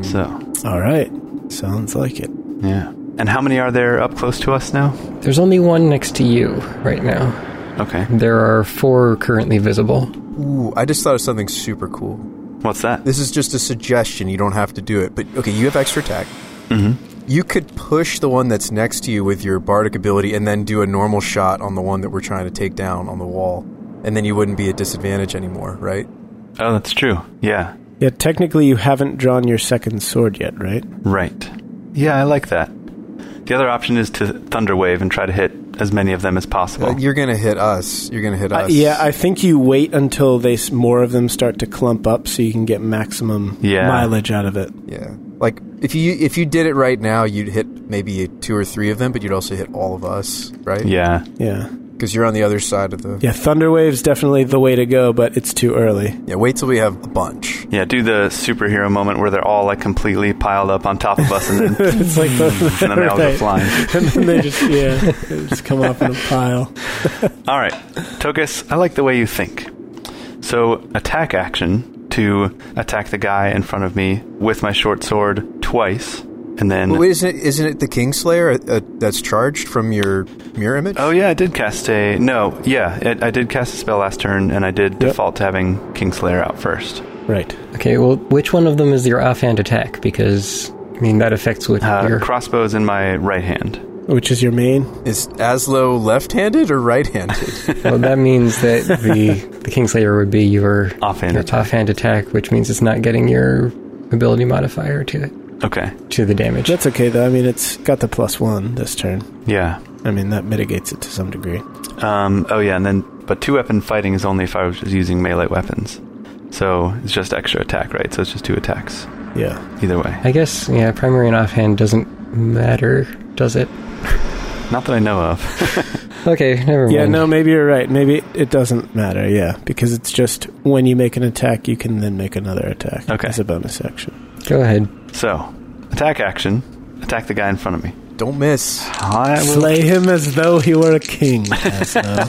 S1: So,
S4: All right. Sounds like it.
S1: yeah. And how many are there up close to us now?
S3: There's only one next to you right now.
S1: Okay.
S3: There are four currently visible.
S6: Ooh, I just thought of something super cool.
S1: What's that?
S6: This is just a suggestion. You don't have to do it. But okay, you have extra attack. Mm-hmm. You could push the one that's next to you with your bardic ability, and then do a normal shot on the one that we're trying to take down on the wall, and then you wouldn't be at disadvantage anymore, right?
S1: Oh, that's true. Yeah.
S4: Yeah, technically you haven't drawn your second sword yet, right?
S1: Right. Yeah, I like that. The other option is to Thunderwave and try to hit as many of them as possible.
S6: Uh, you're gonna hit us. You're gonna hit
S4: Uh,
S6: us.
S4: yeah, I think you wait until they s- more of them start to clump up so you can get maximum
S1: Yeah.
S4: mileage out of it.
S6: yeah. Like if you if you did it right now, you'd hit maybe two or three of them, but you'd also hit all of us, right?
S1: yeah.
S4: Yeah.
S6: Because you're on the other side of the.
S4: Yeah, Thunderwave's definitely the way to go, but it's too early. [laughs]
S6: yeah wait till we have a bunch.
S1: Yeah, do the superhero moment where they're all like completely piled up on top of us and then,
S4: [laughs]
S1: [laughs]
S4: It's like the,
S1: and then they all go
S4: Right.
S1: flying.
S4: [laughs] and then they just yeah, they just come off in a pile.
S1: All right, Tokus, I like the way you think. So, attack action to attack the guy in front of me with my short sword twice, and then.
S6: Wait, isn't it, isn't it the Kingslayer uh, that's charged from your mirror image?
S1: Oh yeah, I did cast a no. Yeah, it, I did cast a spell last turn, and I did default to having Kingslayer out first.
S4: Right.
S3: Okay, well, which one of them is your offhand attack? Because, I mean, that affects what
S1: Uh,
S3: your.
S1: Crossbow's in my right hand.
S4: Which is your main?
S6: Is Aslo left-handed
S4: [laughs]
S6: or
S3: [laughs]
S6: right-handed?
S3: well, that means that the, the Kingslayer would be your
S1: [laughs] Offhand
S3: your
S1: attack.
S3: offhand attack, which means it's not getting your ability modifier to it.
S1: Okay.
S3: To the damage.
S4: That's okay, though. I mean, it's got the plus one this turn.
S1: Yeah.
S4: I mean, that mitigates it to some degree.
S1: Um, oh yeah, and then but two weapon fighting is only if I was using melee weapons. So it's just extra attack, right? So it's just two attacks
S4: Yeah.
S1: either way.
S3: I guess, yeah, primary and offhand doesn't matter, does it?
S1: Not that I know of. [laughs]
S3: Okay, never
S4: Yeah,
S3: mind.
S4: no, maybe you're right. Maybe it doesn't matter, yeah. Because it's just when you make an attack, you can then make another attack
S1: Okay.
S4: as a bonus action.
S3: Go ahead.
S1: So attack action, attack the guy in front of me.
S6: Don't miss.
S1: I will-
S4: Slay him as though he were a king. Asno.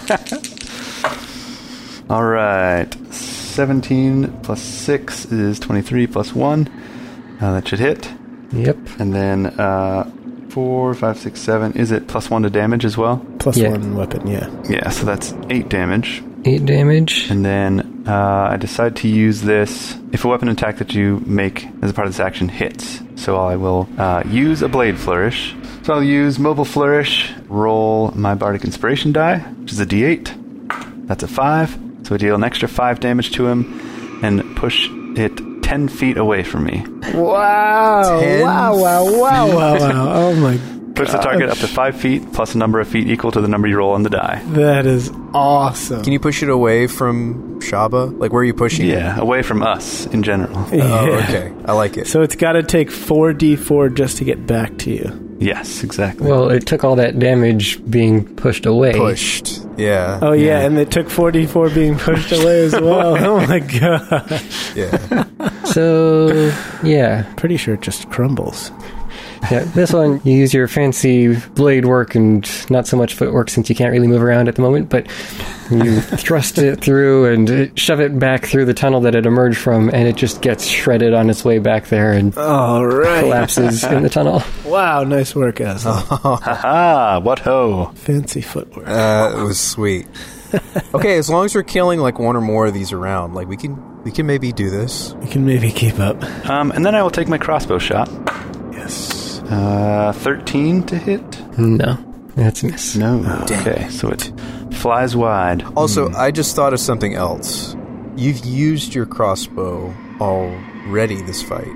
S1: All right, seventeen plus six is twenty-three plus one. Uh, that should hit,
S3: Yep.
S1: and then uh, four, five, six, seven. Is it plus one to damage as well?
S4: Plus
S3: Yeah.
S4: one weapon, yeah.
S1: Yeah, so that's eight damage.
S3: Eight damage.
S1: And then uh, I decide to use this if a weapon attack that you make as a part of this action hits. So I will uh, use a blade flourish. So I'll use mobile flourish, roll my bardic inspiration die, which is a d8. That's a 5. So I deal an extra 5 damage to him and push it 10 feet away from me.
S4: Wow!
S6: Ten wow, wow,
S4: wow! Wow! Wow! Oh my!
S1: Push the target up to 5 feet plus a number of feet equal to the number you roll on the die.
S4: That is awesome.
S6: Can you push it away from Shaba? Like, where are you pushing it?
S1: Yeah, away from us in general.
S6: [laughs] Oh,
S4: Yeah.
S6: okay. I like it.
S4: So it's got to take four d4 just to get back to you.
S1: Yes, exactly.
S3: Well, it took all that damage being pushed away.
S6: Pushed. Yeah.
S4: Oh yeah, and it took four d4 being pushed away as well. oh my [laughs] god!
S6: Yeah.
S3: [laughs] So, yeah.
S4: Pretty sure it just crumbles.
S3: yeah. This one, you use your fancy blade work and not so much footwork since you can't really move around at the moment, but
S4: [laughs]
S3: you thrust it through and uh, shove it back through the tunnel that it emerged from, and it just gets shredded on its way back there
S4: [laughs]
S3: and
S4: All right.
S3: collapses in the tunnel.
S4: wow! Nice work, Az.
S1: ah, what ho!
S4: Fancy footwork.
S6: Uh, it
S4: [laughs]
S6: was sweet. Okay, as long as we're killing like one or more of these around, like we can we can maybe do this.
S4: you can maybe keep up.
S1: Um, and then I will take my crossbow shot.
S4: Yes.
S1: Uh, 13 to hit?
S3: No. That's a miss.
S1: No.
S6: Oh,
S1: okay, so it flies wide.
S6: Also,
S4: Mm.
S6: I just thought of something else. You've used your crossbow already this fight.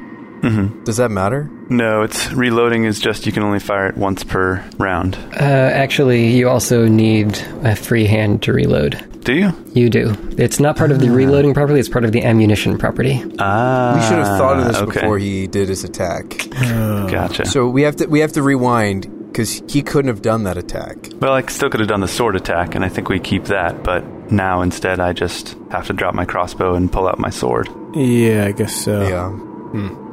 S6: Mm-hmm. Does that matter?
S1: No, it's reloading is just you can only fire it once per round.
S3: Uh, actually, you also need a free hand to reload.
S1: Do you?
S3: You do. It's not part of the reloading property, it's part of the ammunition property.
S1: Ah.
S6: We should have thought
S4: Uh,
S6: of this
S1: okay.
S6: before he did his attack.
S1: Gotcha.
S6: So we have to we have to rewind because he couldn't have done that attack.
S1: well, I still could have done the sword attack, and I think we keep that, but now instead I just have to drop my crossbow and pull out my sword.
S4: Yeah, Hmm. I guess so.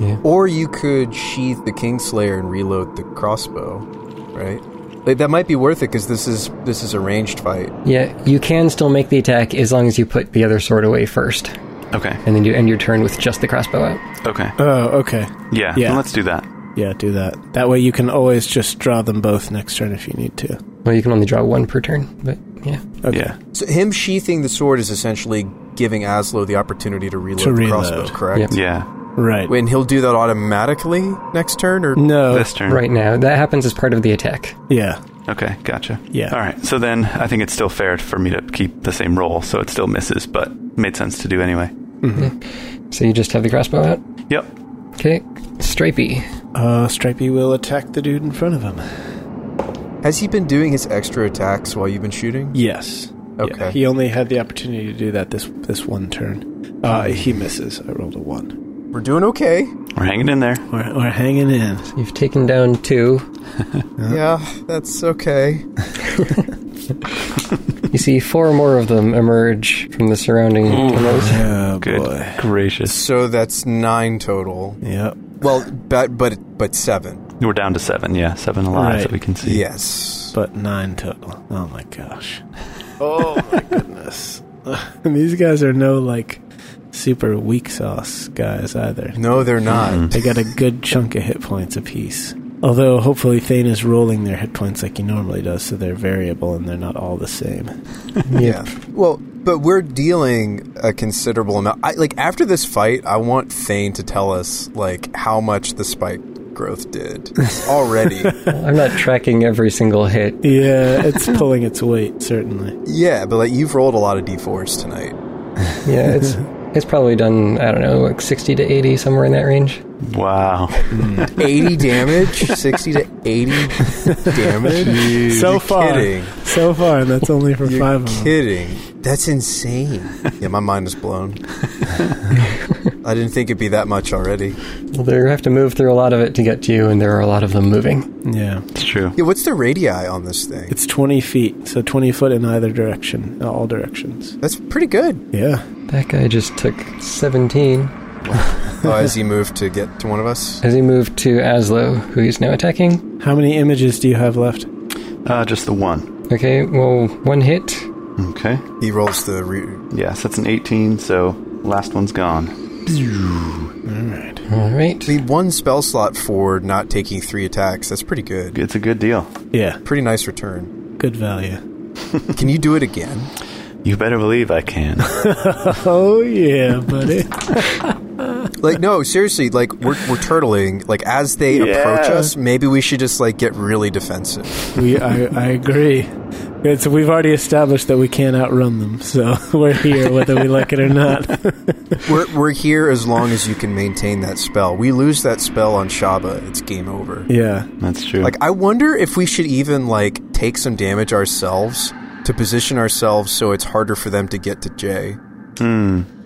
S6: Yeah. Or you could sheath the Kingslayer and reload the crossbow, right? Like, that might be worth it because this is this is a ranged fight.
S3: Yeah, you can still make the attack as long as you put the other sword away first,
S1: Okay.
S3: and then you end your turn with just the crossbow out.
S1: Okay.
S4: Oh, okay.
S1: Yeah,
S4: Yeah.
S1: then let's do that.
S4: Yeah, do that. That way you can always just draw them both next turn if you need to.
S3: Well, you can only draw one per turn, but yeah.
S4: Okay.
S1: Yeah.
S6: So him sheathing the sword is essentially giving Aslo the opportunity to reload
S4: To
S6: the
S4: reload.
S6: crossbow, correct?
S3: Yep.
S1: Yeah.
S4: Right.
S6: When he'll do that automatically next turn, or
S4: No.
S1: This turn.
S3: Right now, that happens as part of the attack.
S4: Yeah.
S1: Okay, gotcha.
S4: Yeah.
S1: All right. So then I think it's still fair for me to keep the same roll, so it still misses, but made sense to do anyway.
S3: So you just have the crossbow out.
S1: Yep.
S3: Okay, Stripey.
S4: Uh, Stripey will attack the dude in front of him.
S6: has he been doing his extra attacks while you've been shooting?
S4: Yes.
S6: Okay.
S4: Yeah, he only had the opportunity to do that this this one turn. Uh, he misses. I rolled a one.
S6: We're doing okay.
S1: We're hanging in there.
S4: We're, we're hanging in.
S3: You've taken down two.
S6: Yeah, that's okay.
S3: You see four more of them emerge from the surrounding tunnels.
S4: Oh
S1: Good
S4: boy.
S1: gracious.
S6: So that's nine total.
S4: Yep.
S6: Well, but but but seven.
S1: We're down to seven, yeah. Seven alive
S4: Right.
S1: that we can see.
S6: Yes.
S4: But nine total. Oh [laughs] my gosh. Oh my goodness. And these guys are no like super weak sauce guys either.
S6: [laughs] No, they're not.
S4: They got a good chunk of hit points apiece. Although hopefully Thane is rolling their hit points like he normally does, so they're variable and they're not all the same.
S6: Yeah. Well, but we're dealing a considerable amount. I, like after this fight, I want Thane to tell us like how much the spike growth did already.
S3: I'm not tracking every single hit.
S4: Yeah, it's pulling its weight certainly.
S6: yeah, but like you've rolled a lot of d4s tonight.
S3: Yeah, [laughs] it's it's probably done. I don't know, like 60 to 80, somewhere in that range.
S1: Wow.
S6: 80 damage, 60 to 80 damage.
S4: [laughs] so
S6: You're
S4: far, Hmm.
S6: kidding.
S4: so far, and that's only for
S6: You're
S4: five of them.
S6: kidding. That's insane. Yeah, my mind is blown. I didn't think it'd be that much already.
S3: Well, they have to move through a lot of it to get to you, and there are a lot of them moving.
S4: Yeah,
S1: It's true.
S6: Yeah, what's the radii on this thing?
S4: it's twenty feet, so twenty foot in either direction, uh, all directions.
S6: That's pretty good.
S4: Yeah,
S3: That guy just took 17
S6: Oh, [laughs] as he moved to get to one of us.
S3: as he moved to Aslo, who he's now attacking.
S4: how many images do you have left?
S1: Uh, just the one.
S3: Okay, well, one hit.
S1: Okay.
S6: He rolls the re-
S1: Yes, that's an 18, so last one's gone.
S3: All right.
S6: The one spell slot for not taking three attacks, that's pretty good.
S1: It's a good deal.
S4: Yeah,
S6: Pretty nice return.
S4: good value.
S6: Can you do it again?
S1: You better believe I
S4: [laughs]
S1: can.
S4: Oh yeah, buddy.
S6: Like, no, seriously, like, we're, we're turtling. Like, as they
S1: Yeah.
S6: approach us, maybe we should just, like, get really defensive.
S4: we, I, I agree. It's, we've already established that we can't outrun them, so [laughs] we're here whether we like it or not. [laughs]
S6: We're, we're here as long as you can maintain that spell. We lose that spell on Shaba, it's game over.
S4: yeah,
S1: That's true.
S6: Like, I wonder if we should even, like, take some damage ourselves to position ourselves so it's harder for them to get to Jay.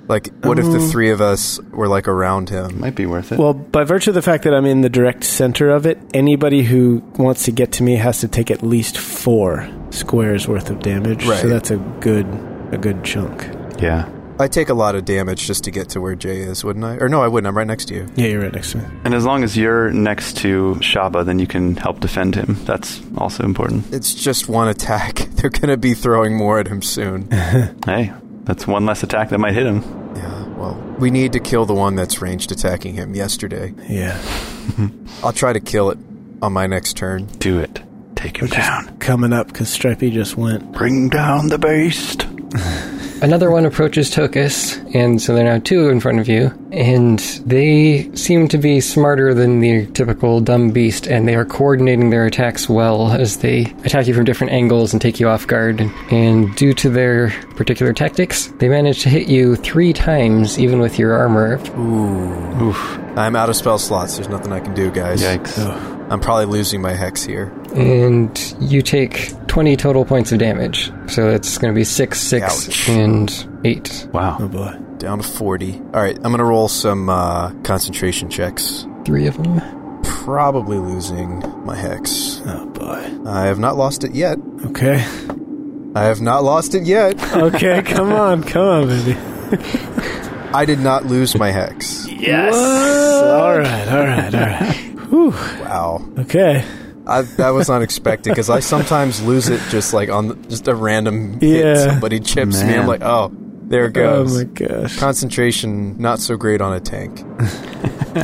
S6: Like, what if the three of us were, like, around him?
S1: Might be worth it.
S4: Well, by virtue of the fact that I'm in the direct center of it, anybody who wants to get to me has to take at least four squares worth of damage.
S6: Right.
S4: So that's a good a good chunk.
S1: yeah.
S6: I take a lot of damage just to get to where Jay is, wouldn't I? Or no, I wouldn't. I'm right next to you.
S4: Yeah, you're right next to me.
S1: And as long as you're next to Shaba, then you can help defend him. That's also important.
S6: It's just one attack. [laughs] They're going to be throwing more at him soon.
S1: Hey, that's one less attack that might hit him.
S6: yeah, well, we need to kill the one that's ranged attacking him yesterday.
S4: Yeah.
S6: I'll try to kill it on my next turn.
S1: Do it. Take him down.
S4: Coming up because Stripey just went.
S1: Bring down the beast.
S3: Another one approaches Tokus, and so they're now two in front of you, and they seem to be smarter than the typical dumb beast, and they are coordinating their attacks well as they attack you from different angles and take you off guard. And due to their particular tactics, they manage to hit you three times, even with your armor.
S6: I'm out of spell slots. There's nothing I can do, guys.
S1: Yikes.
S4: Oh.
S6: I'm probably losing my hex here.
S3: And you take 20 total points of damage. So that's going to be 6, 6,
S6: Ouch.
S3: and 8.
S4: Oh
S1: Wow.
S4: boy.
S6: Down to 40. All right, I'm going to roll some uh, concentration checks.
S3: Three of them.
S6: Probably losing my hex.
S4: Oh boy.
S6: I have not lost it yet.
S4: Okay.
S6: I have not lost it yet.
S4: [laughs] Okay. come on. Come on, baby.
S6: I did not lose my hex.
S4: All right. All right. All right.
S6: Wow.
S4: [laughs] Okay.
S6: I, that was unexpected because I sometimes lose it just like on the, just a random hit.
S4: Yeah.
S6: Somebody chips me. I'm
S1: Man.
S6: like, oh, there it
S4: Oh
S6: goes.
S4: my gosh.
S6: Concentration not so great on a tank.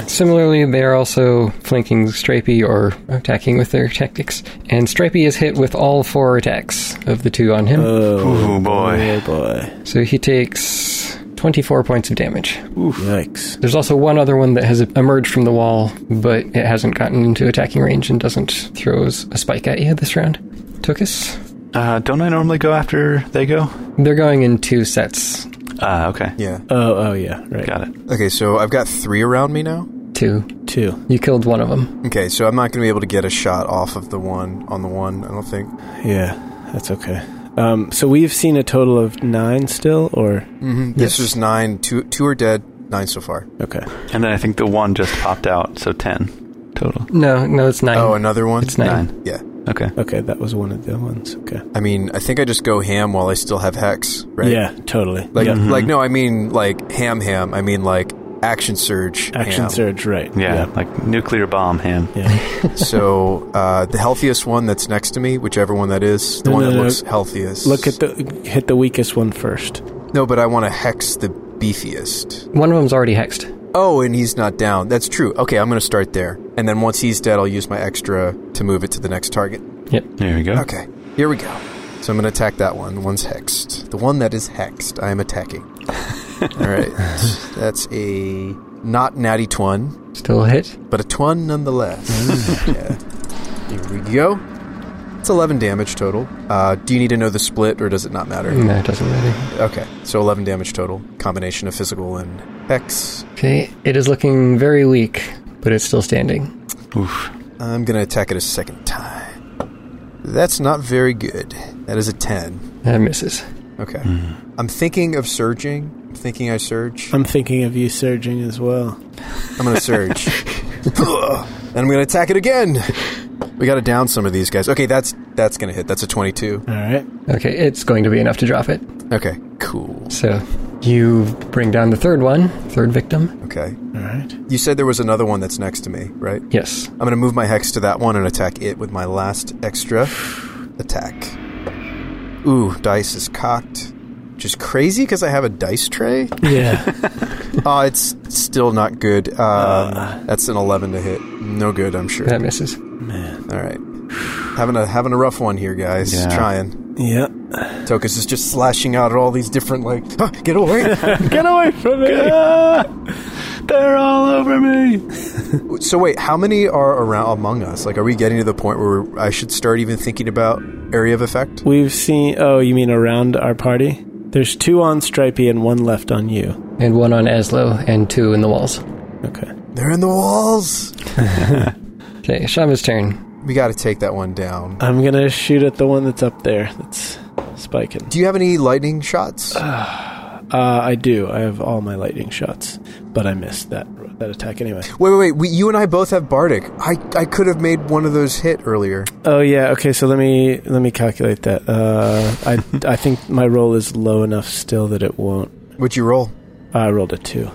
S3: Similarly, they are also flanking Stripey or attacking with their tactics. And Stripey is hit with all four attacks of the two on him.
S4: Uh.
S1: Oh boy.
S4: Oh boy.
S3: so he takes 24 points of damage.
S4: Yikes.
S3: There's also one other one that has emerged from the wall, but it hasn't gotten into attacking range and doesn't throws a spike at you this round. Tokus?
S1: Uh, don't I normally go after they go?
S3: They're going in two sets.
S1: Ah, okay.
S6: Yeah.
S4: Oh. Oh yeah. Right.
S1: Got it.
S6: Okay, so I've got three around me now.
S3: Two.
S4: Two.
S3: You killed one of them.
S6: Okay, so I'm not going to be able to get a shot off of the one on the one. I don't think.
S4: Yeah, that's okay. Um, so we've seen a total of nine still, or
S6: Mm-hmm. This was nine. Two two are dead. Nine so far.
S4: okay,
S1: And then I think the one just popped out, so 10 total.
S3: No, no, it's nine.
S6: Oh, another one.
S3: It's nine.
S1: Nine.
S6: Yeah.
S1: Okay.
S4: okay, that was one of the ones. Okay,
S6: I mean, I think I just go ham while I still have hex. Right.
S4: yeah, totally.
S6: Like
S4: Yeah. Mm-hmm.
S6: like no, I mean like ham ham. I mean like action surge.
S4: action
S6: ham.
S4: surge, right?
S1: Yeah, like nuclear bomb ham. [laughs]
S4: yeah.
S6: So uh, the healthiest one that's next to me, whichever one that is, the
S4: No,
S6: one
S4: no,
S6: that
S4: no.
S6: looks healthiest.
S4: Look at the hit the weakest one first.
S6: no, but I want to hex the beefiest.
S3: One of them's already hexed.
S6: Oh, and he's not down. That's true. Okay, I'm going to start there. And then once he's dead, I'll use my extra to move it to the next target.
S3: Yep.
S1: There we go.
S6: Okay, here we go. So I'm going to attack that one. The one's hexed. The one that is hexed, I am attacking. All right. That's a not natty twin,
S3: Still a hit.
S6: but a twin nonetheless. yeah. Here we go. It's 11 damage total. Uh, do you need to know the split, or does it not matter?
S3: No, it doesn't matter.
S6: Okay, so 11 damage total. Combination of physical and hex.
S3: Okay. It is looking very weak, but it's still standing.
S1: Oof.
S6: I'm going to attack it a second time. That's not very good. That is a 10.
S3: That misses.
S6: Okay. I'm thinking of surging. I'm thinking I [laughs] surge.
S4: I'm thinking of you surging as well.
S6: I'm going to [laughs] surge. and I'm going to attack it again. We got to down some of these guys. Okay, that's that's going to hit. That's a 22.
S4: All right.
S3: Okay, it's going to be enough to drop it.
S6: Okay, cool.
S3: So you bring down the third one, third victim.
S6: Okay.
S4: All right.
S6: You said there was another one that's next to me, right?
S3: Yes.
S6: I'm going to move my hex to that one and attack it with my last extra attack. Ooh, dice is cocked. Which is crazy because I have a dice [laughs] tray.
S4: Yeah.
S6: Uh, it's still not good. Um, that's an 11 to hit. No good, I'm sure.
S3: That misses.
S6: All right. Having a having a rough one here, guys.
S1: Yeah.
S6: Trying.
S4: [laughs] yeah.
S6: Tokus is just slashing out at all these different like, [laughs] "Huh, get away.
S1: [laughs]
S4: Get away from me!
S1: [laughs] They're all over
S6: [laughs]
S1: me.
S6: so wait, how many are around among us? Like, are we getting to the point where I should start even thinking about area of effect?
S4: We've seen. Oh, you mean around our party? There's two on Stripey and one left on you.
S3: And one on Aslo, and two in the walls.
S4: Okay.
S6: They're in the walls.
S1: Hmm.
S3: Okay, Shama's turn.
S6: We got to take that one down.
S4: I'm gonna shoot at the one that's up there. That's spiking.
S6: Do you have any lightning shots?
S4: Uh, I do. I have all my lightning shots, but I missed that that attack anyway.
S6: wait, wait, wait. We, you and I both have bardic. I, I could have made one of those hit earlier.
S4: Oh yeah. Okay. So let me let me calculate that. Uh, I I [laughs] think my roll is low enough still that it won't.
S6: What'd you roll?
S4: I rolled a two.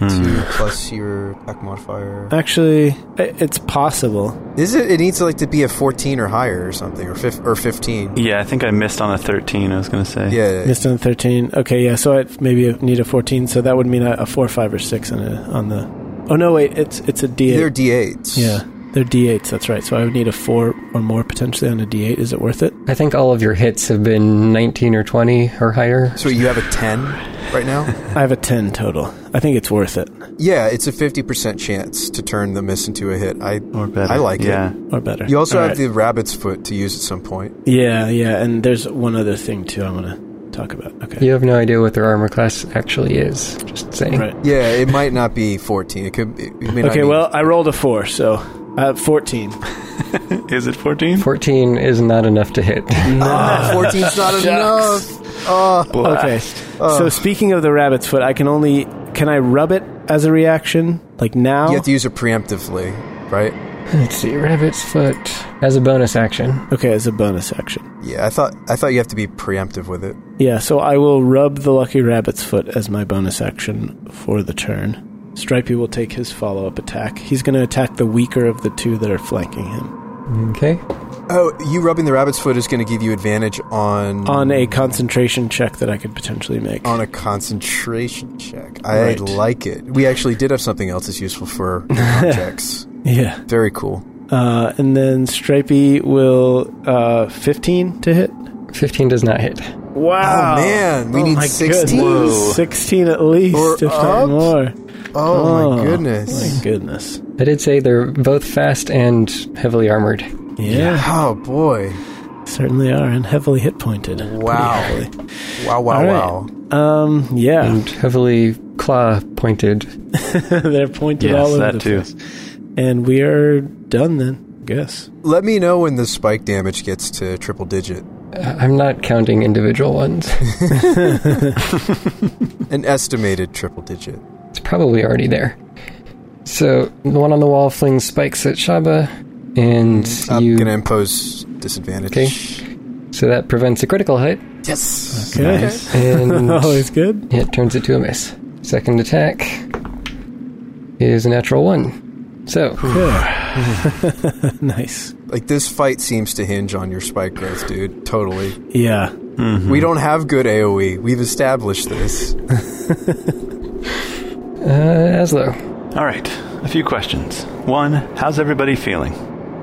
S1: Hmm.
S6: Two plus your attack modifier.
S4: Actually, i- it's possible.
S6: Is it? It needs like to be a fourteen or higher or something, or fif- or fifteen.
S1: Yeah, I think I missed on a 13, I was going to say.
S6: Yeah.
S4: Missed on the thirteen. Okay. Yeah. So I maybe need a fourteen. So that would mean a, a four, five, or six on a, on the. Oh no! Wait. It's it's a D eight.
S6: They're D eights.
S4: yeah. They're D8s, that's right. So I would need a 4 or more potentially on a D8. Is it worth it?
S3: I think all of your hits have been 19 or 20 or higher.
S6: So you have a ten
S4: [laughs]
S6: right now.
S4: I have a 10 total. I think it's worth it,
S6: yeah, it's a fifty percent chance to turn the miss into a hit. I
S1: Or better.
S6: I like
S1: yeah. [laughs]
S6: it.
S4: or better.
S6: You also
S4: All
S6: have
S4: right.
S6: the rabbit's foot to use at some point.
S4: Yeah, yeah, and there's one other thing too I want to talk about. Okay.
S3: You have no idea what their armor class actually is. Just saying.
S4: Right.
S6: Yeah, it might not be fourteen. It could. It, it may not
S4: Okay,
S6: be-
S4: well, I rolled a 4, so uh 14.
S1: Is it 14?
S3: 14 is not enough to hit.
S4: [laughs]
S6: [laughs] Ah, 14's not enough. Oh,
S4: Okay. So speaking of the rabbit's foot, I can only can I rub it as a reaction like now?
S6: You have to use it preemptively, right?
S3: Let's see, Rabbit's Foot. As a bonus action.
S4: okay, as a bonus action.
S6: Yeah, I thought I thought you have to be preemptive with it.
S4: Yeah, so I will rub the lucky rabbit's foot as my bonus action for the turn. Stripey will take his follow-up attack. He's going to attack the weaker of the two that are flanking him
S3: Okay.
S6: Oh, you rubbing the rabbit's foot is going to give you advantage on
S4: on a concentration check that I could potentially make.
S6: on a concentration check. I
S4: Right.
S6: like it. We actually did have something else that's
S4: [laughs]
S6: useful for checks.
S4: yeah.
S6: Very cool.
S4: Uh, and then Stripey will uh, 15 to hit.
S3: 15 does not hit.
S4: Wow.
S6: Oh, man, we need
S4: my
S6: 16.
S4: goodness. 16 at least,
S6: Or
S4: if not
S6: up?
S4: more.
S6: Oh, my goodness.
S4: My goodness.
S3: I did say they're both fast and heavily armored.
S4: Yeah,
S6: Oh boy.
S4: certainly are, and heavily hit pointed.
S6: Wow.
S4: Pretty heavily.
S6: Wow, wow,
S4: All right.
S6: wow. Mm.
S4: Um, yeah,
S3: And heavily claw pointed.
S4: [laughs] they're pointed all
S1: Yes,
S4: over
S1: that
S4: the
S1: too.
S4: place. And we are done then, I
S6: [laughs]
S4: guess.
S6: Let me know when the spike damage gets to triple digit. [laughs]
S3: I- I'm not counting individual ones. [laughs]
S6: An estimated triple digit.
S3: It's probably already there. So the one on the wall flings spikes at Shaba, and
S6: I'm
S3: you.
S6: going to impose disadvantage.
S3: Okay. So that prevents a critical hit,
S6: Yes.
S4: Okay.
S1: Nice.
S3: and
S4: [laughs] Always good.
S3: it turns it to a miss. Second attack is a natural one. So
S4: [laughs] Nice.
S6: Like this fight seems to hinge on your spike growth, dude. Totally.
S4: Yeah.
S6: E. We don't have good AoE. We've established this.
S3: Uh, Aslo.
S1: Uh, All right, a few questions. One, how's everybody feeling?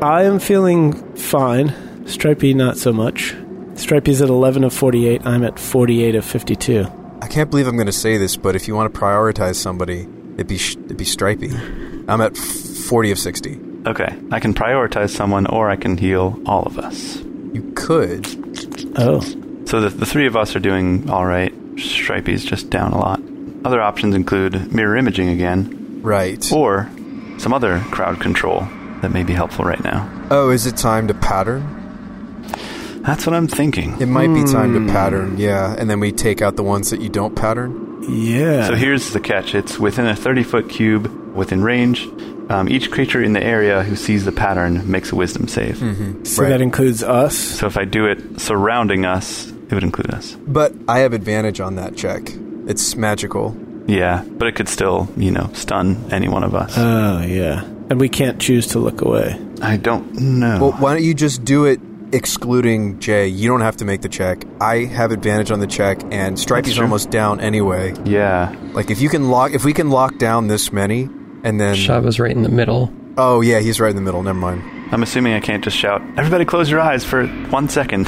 S4: I am feeling fine. Stripey, not so much. Stripey's at 11 of 48. I'm at 48 of 52.
S6: I can't believe I'm going to say this, but if you want to prioritize somebody, it'd be sh- it'd be Stripey. I'm at f- 40 of 60.
S1: Okay, I can prioritize someone or I can heal all of us.
S6: You could.
S4: Oh.
S1: So the, the three of us are doing all right. Stripey's just down a lot. Other options include mirror imaging again,
S6: Right.
S1: or some other crowd control that may be helpful right now.
S6: Oh, is it time to pattern?
S1: That's what I'm thinking.
S6: It might be time to pattern, yeah. And then we take out the ones that you don't pattern?
S4: Yeah.
S1: So here's the catch it's within a 30 foot cube, within range. Um, each creature in the area who sees the pattern makes a wisdom save.
S4: so
S6: right.
S4: that includes us.
S1: So if I do it surrounding us, it would include us.
S6: But I have advantage on that check. It's magical.
S1: Yeah, but it could still, you know, stun any one of us.
S4: Oh, yeah. And we can't choose to look away.
S1: I don't know.
S6: Well, why don't you just do it excluding Jay? You don't have to make the check. I have advantage on the check, and Stripey's
S1: true.
S6: almost down anyway.
S1: yeah.
S6: Like if you can lock, if we can lock down this many, and then
S3: Shava's right in the middle.
S6: oh yeah, he's right in the middle. Never mind.
S1: I'm assuming I can't just shout, everybody close your eyes for one second.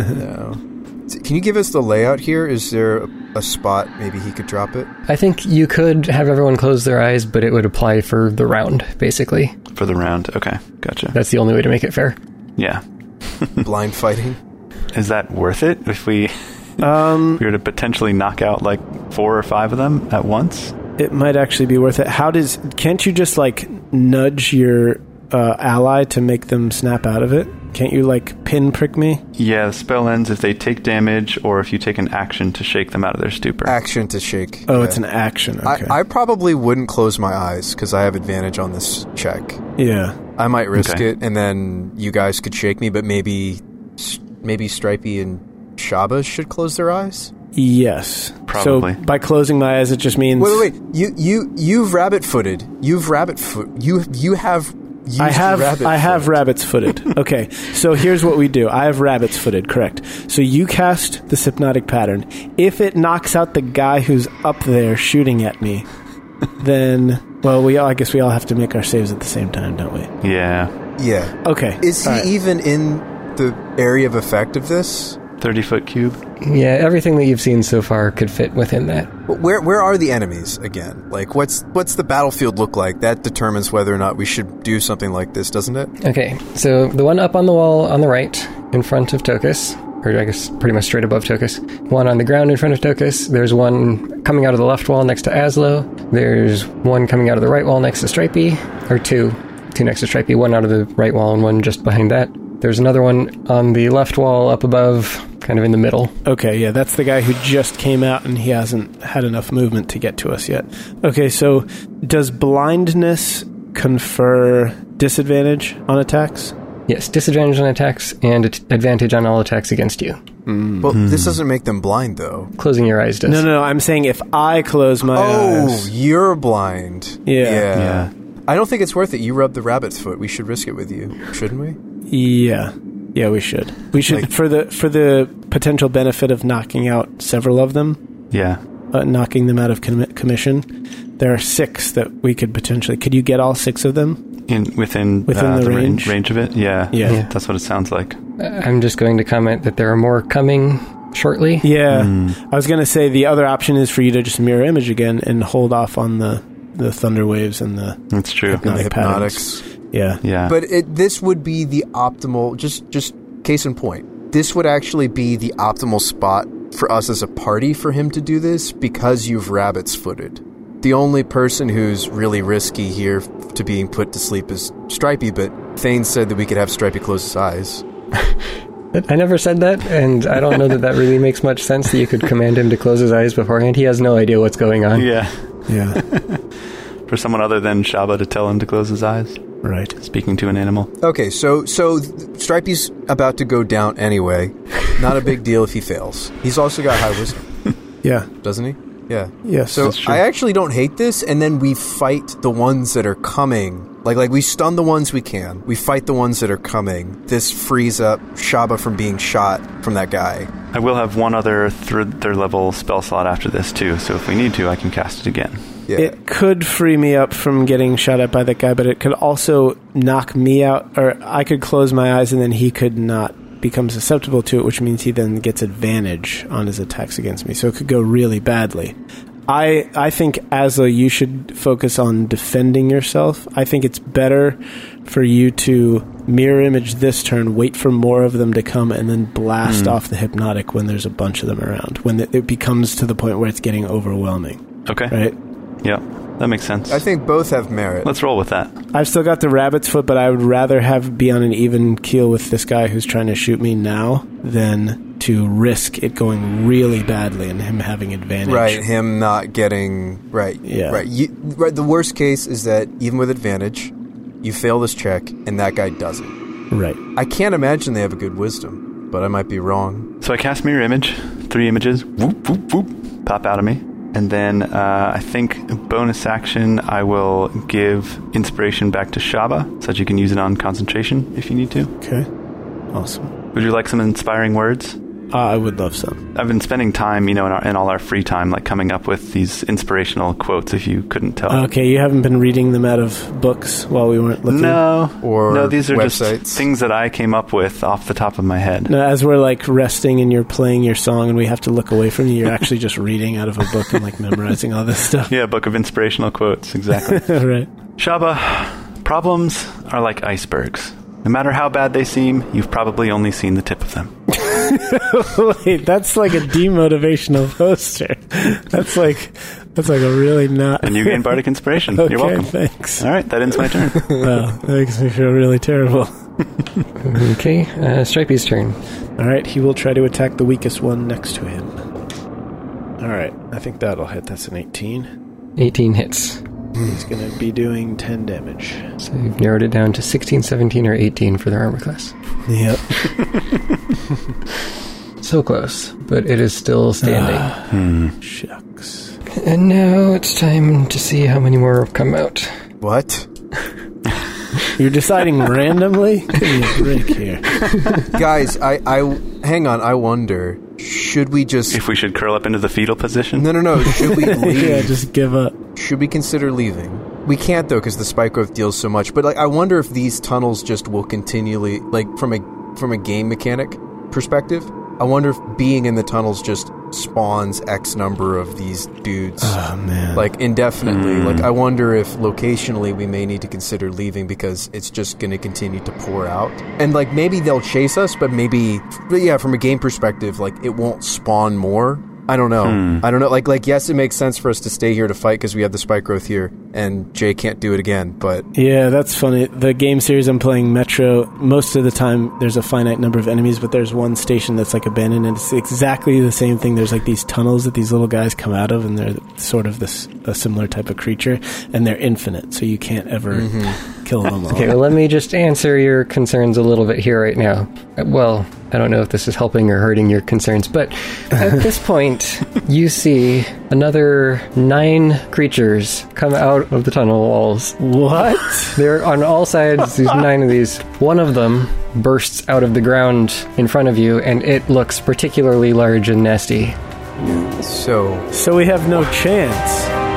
S6: S- Can you give us the layout here? Is there a, a spot maybe he could drop it?
S3: I think you could have everyone close their eyes, but it would apply for the round, basically.
S1: for the round. Okay, gotcha.
S3: That's the only way to make it fair.
S1: yeah.
S6: Blind fighting.
S1: Is that worth it if we, [laughs]
S4: Um,
S1: we were to potentially knock out like four or five of them at once?
S4: it might actually be worth it. How does. Can't you just, like, nudge your uh, ally to make them snap out of it? Can't you, like, pinprick me?
S1: Yeah, the spell ends if they take damage or if you take an action to shake them out of their stupor.
S6: Action to shake.
S4: Oh,
S6: Yeah.
S4: it's an action. Okay.
S6: I, I probably wouldn't close my eyes because I have advantage on this check.
S4: yeah.
S6: I might risk
S1: Okay.
S6: it, and then you guys could shake me, but maybe, s- maybe Stripey and Shaba should close their eyes.
S4: Yes.
S1: Probably.
S4: So by closing my eyes, it just means.
S6: Wait, wait, wait. You, you, you've rabbit-footed. You've rabbit-foot. You, you have. Used
S4: I have
S6: Rabbit
S4: I have rabbits footed.
S6: [laughs]
S4: Okay, so here's what we do. I have rabbits footed. Correct. So you cast this hypnotic pattern. If it knocks out the guy who's up there shooting at me, then well, we all I guess we all have to make our saves at the same time, don't we?
S1: Yeah.
S6: Yeah.
S4: Okay.
S6: Is he
S4: All right.
S6: even in the area of effect of this?
S1: 30 foot cube.
S3: Yeah, everything that you've seen so far could fit within that.
S6: Where where are the enemies again? Like what's what's the battlefield look like? That determines whether or not we should do something like this, doesn't it?
S3: Okay, so the one up on the wall on the right, in front of Tokus, or I guess pretty much straight above Tokus. One on the ground in front of Tokus. There's one coming out of the left wall next to Aslo. There's one coming out of the right wall next to Stripey, or two, two next to Stripey. One out of the right wall and one just behind that. There's another one on the left wall up above, kind of in the middle.
S4: Okay, yeah, that's the guy who just came out and he hasn't had enough movement to get to us yet. Okay, so does blindness confer disadvantage on attacks?
S3: Yes, disadvantage on attacks and at- advantage on all attacks against you.
S6: Well, this doesn't make them blind though.
S3: Closing your eyes does.
S4: No, no, no. I'm saying if I close my
S6: Oh,
S4: eyes.
S6: you're blind.
S4: Yeah.
S1: Yeah.
S6: I don't think it's worth it. You rubbed the rabbit's foot. We should risk it with you, shouldn't we?
S4: Yeah. Yeah, we should. We should
S6: Like-
S4: for the for the potential benefit of knocking out several of them,
S1: Yeah.
S4: uh, knocking them out of commi commission. There are six that we could potentially. Could you get all six of them?
S1: In within,
S4: Within
S1: uh,
S4: the
S1: ran-
S4: range?
S1: range of it. Yeah.
S4: Yeah. Yeah.
S1: That's what it sounds like.
S3: I'm just going to comment that there are more coming shortly.
S4: Yeah.
S6: Hmm.
S4: I was going to say the other option is for you to just mirror image again and hold off on the the thunder waves and the
S1: That's true.
S6: And the
S4: Hypnotic patterns.
S6: hypnotics.
S4: yeah.
S1: Yeah.
S6: But it, this would be the optimal. Just, just case in point. This would actually be the optimal spot for us as a party for him to do this because you've rabbit's footed. The only person who's really risky here f- to being put to sleep is Stripey, but Thane said that we could have Stripey close his eyes.
S3: I never said that, and I don't know that that really makes much sense that you could command him to close his eyes beforehand. He has no idea what's going on.
S1: yeah.
S4: Yeah.
S1: For someone other than Shaba to tell him to close his eyes.
S4: [laughs] right.
S1: Speaking to an animal.
S6: Okay, so so th- Stripey's about to go down anyway. Not a big deal if he fails. He's also got high wisdom,
S4: Yeah.
S6: doesn't he? Yeah.
S4: Yes.
S6: So
S1: true.
S6: I actually don't hate this, and then we fight the ones that are coming. Like like we stun the ones we can. We fight the ones that are coming. This frees up Shaba from being shot from that guy.
S1: I will have one other third, third level spell slot after this too, so if we need to, I can cast it again.
S6: Yeah.
S4: It could free me up from getting shot at by that guy, but it could also knock me out, or I could close my eyes and then he could not become susceptible to it, which means he then gets advantage on his attacks against me. So it could go really badly. I I think Asla, you should focus on defending yourself. I think it's better for you to mirror image this turn, wait for more of them to come, and then blast off the hypnotic when there's a bunch of them around. When it it becomes to the point where it's getting overwhelming,
S1: Okay.
S4: right?
S1: Yeah. That makes sense.
S6: I think both have merit.
S1: Let's roll with that.
S4: I've still got the rabbit's foot, but I would rather have be on an even keel with this guy who's trying to shoot me now than to risk it going really badly and him having advantage.
S6: Right, him not getting right.
S4: Yeah.
S6: right. You, right. The worst case is that even with advantage, you fail this check, and that guy doesn't.
S4: Right.
S6: I can't imagine they have a good wisdom, but I might be wrong.
S1: So I cast mirror image, three images, whoop, whoop, whoop, pop out of me. And then uh, I think bonus action, I will give inspiration back to Shaba so that you can use it on concentration if you need to.
S4: Okay. Awesome.
S1: Would you like some inspiring words?
S4: Uh, I would love some.
S1: I've been spending time, you know, in, our, in all our free time, like coming up with these inspirational quotes if you couldn't tell.
S4: Okay, you haven't been reading them out of books while we weren't looking.
S1: no.
S6: Or
S1: no, these are
S6: websites.
S1: just things that I came up with off the top of my head.
S4: No, as we're like resting and you're playing your song and we have to look away from you, you're actually just reading out of a book and like memorizing all this
S1: [laughs]
S4: stuff.
S1: Yeah, book of inspirational quotes,
S4: [laughs]
S1: exactly.
S4: right.
S1: Shaba, problems are like icebergs. No matter how bad they seem, you've probably only seen the tip of them.
S4: [laughs] Wait, that's like a demotivational poster. That's like that's like a really not.
S1: And you gain
S4: [laughs]
S1: bardic inspiration.
S4: okay,
S1: You're welcome.
S4: thanks.
S1: All right, that ends my turn.
S4: Wow, that makes me feel really terrible.
S3: Okay, uh, Stripey's turn.
S4: All right, he will try to attack the weakest one next to him. All right, I think that'll hit. That's an 18.
S3: 18 hits.
S4: He's going to be doing 10 damage.
S3: So you've narrowed it down to 16, 17, or 18 for their armor class.
S4: Yep.
S3: So close, but it is still standing.
S1: Hmm.
S4: Shucks.
S3: Ah. and now it's time to see how many more come out.
S6: What?
S4: You're deciding randomly? Give me a break here.
S6: Guys, I, I hang on. I wonder, should we just?
S1: if we should curl up into the fetal position.
S6: No, no, no. Should we
S4: Yeah,
S6: leave?
S4: just give up.
S6: Should we consider leaving? We can't though, because the spike growth deals so much. But like, I wonder if these tunnels just will continually, like, from a from a game mechanic perspective, I wonder if being in the tunnels just spawns X number of these dudes,
S4: Oh, man.
S6: like indefinitely. Like, I wonder if locationally we may need to consider leaving because it's just going to continue to pour out. And like, maybe they'll chase us, but maybe, but yeah, from a game perspective, like, it won't spawn more. I don't know. I don't know. Like, like yes, it makes sense for us to stay here to fight because we have the spike growth here, and Jay can't do it again. But
S4: Yeah, that's funny. The game series I'm playing, Metro, most of the time there's a finite number of enemies, but there's one station that's like abandoned, and it's exactly the same thing. There's like these tunnels that these little guys come out of, and they're sort of this a similar type of creature, and they're infinite, so you can't ever kill them all.
S3: Okay, [laughs] well, let me just answer your concerns a little bit here right now. Uh, Well, I don't know if this is helping or hurting your concerns, but at this point, you see another nine creatures come out of the tunnel walls.
S4: [laughs] What?
S3: They're on all sides, these nine of these. One of them bursts out of the ground in front of you, and it looks particularly large and nasty.
S6: so
S4: So we have no chance.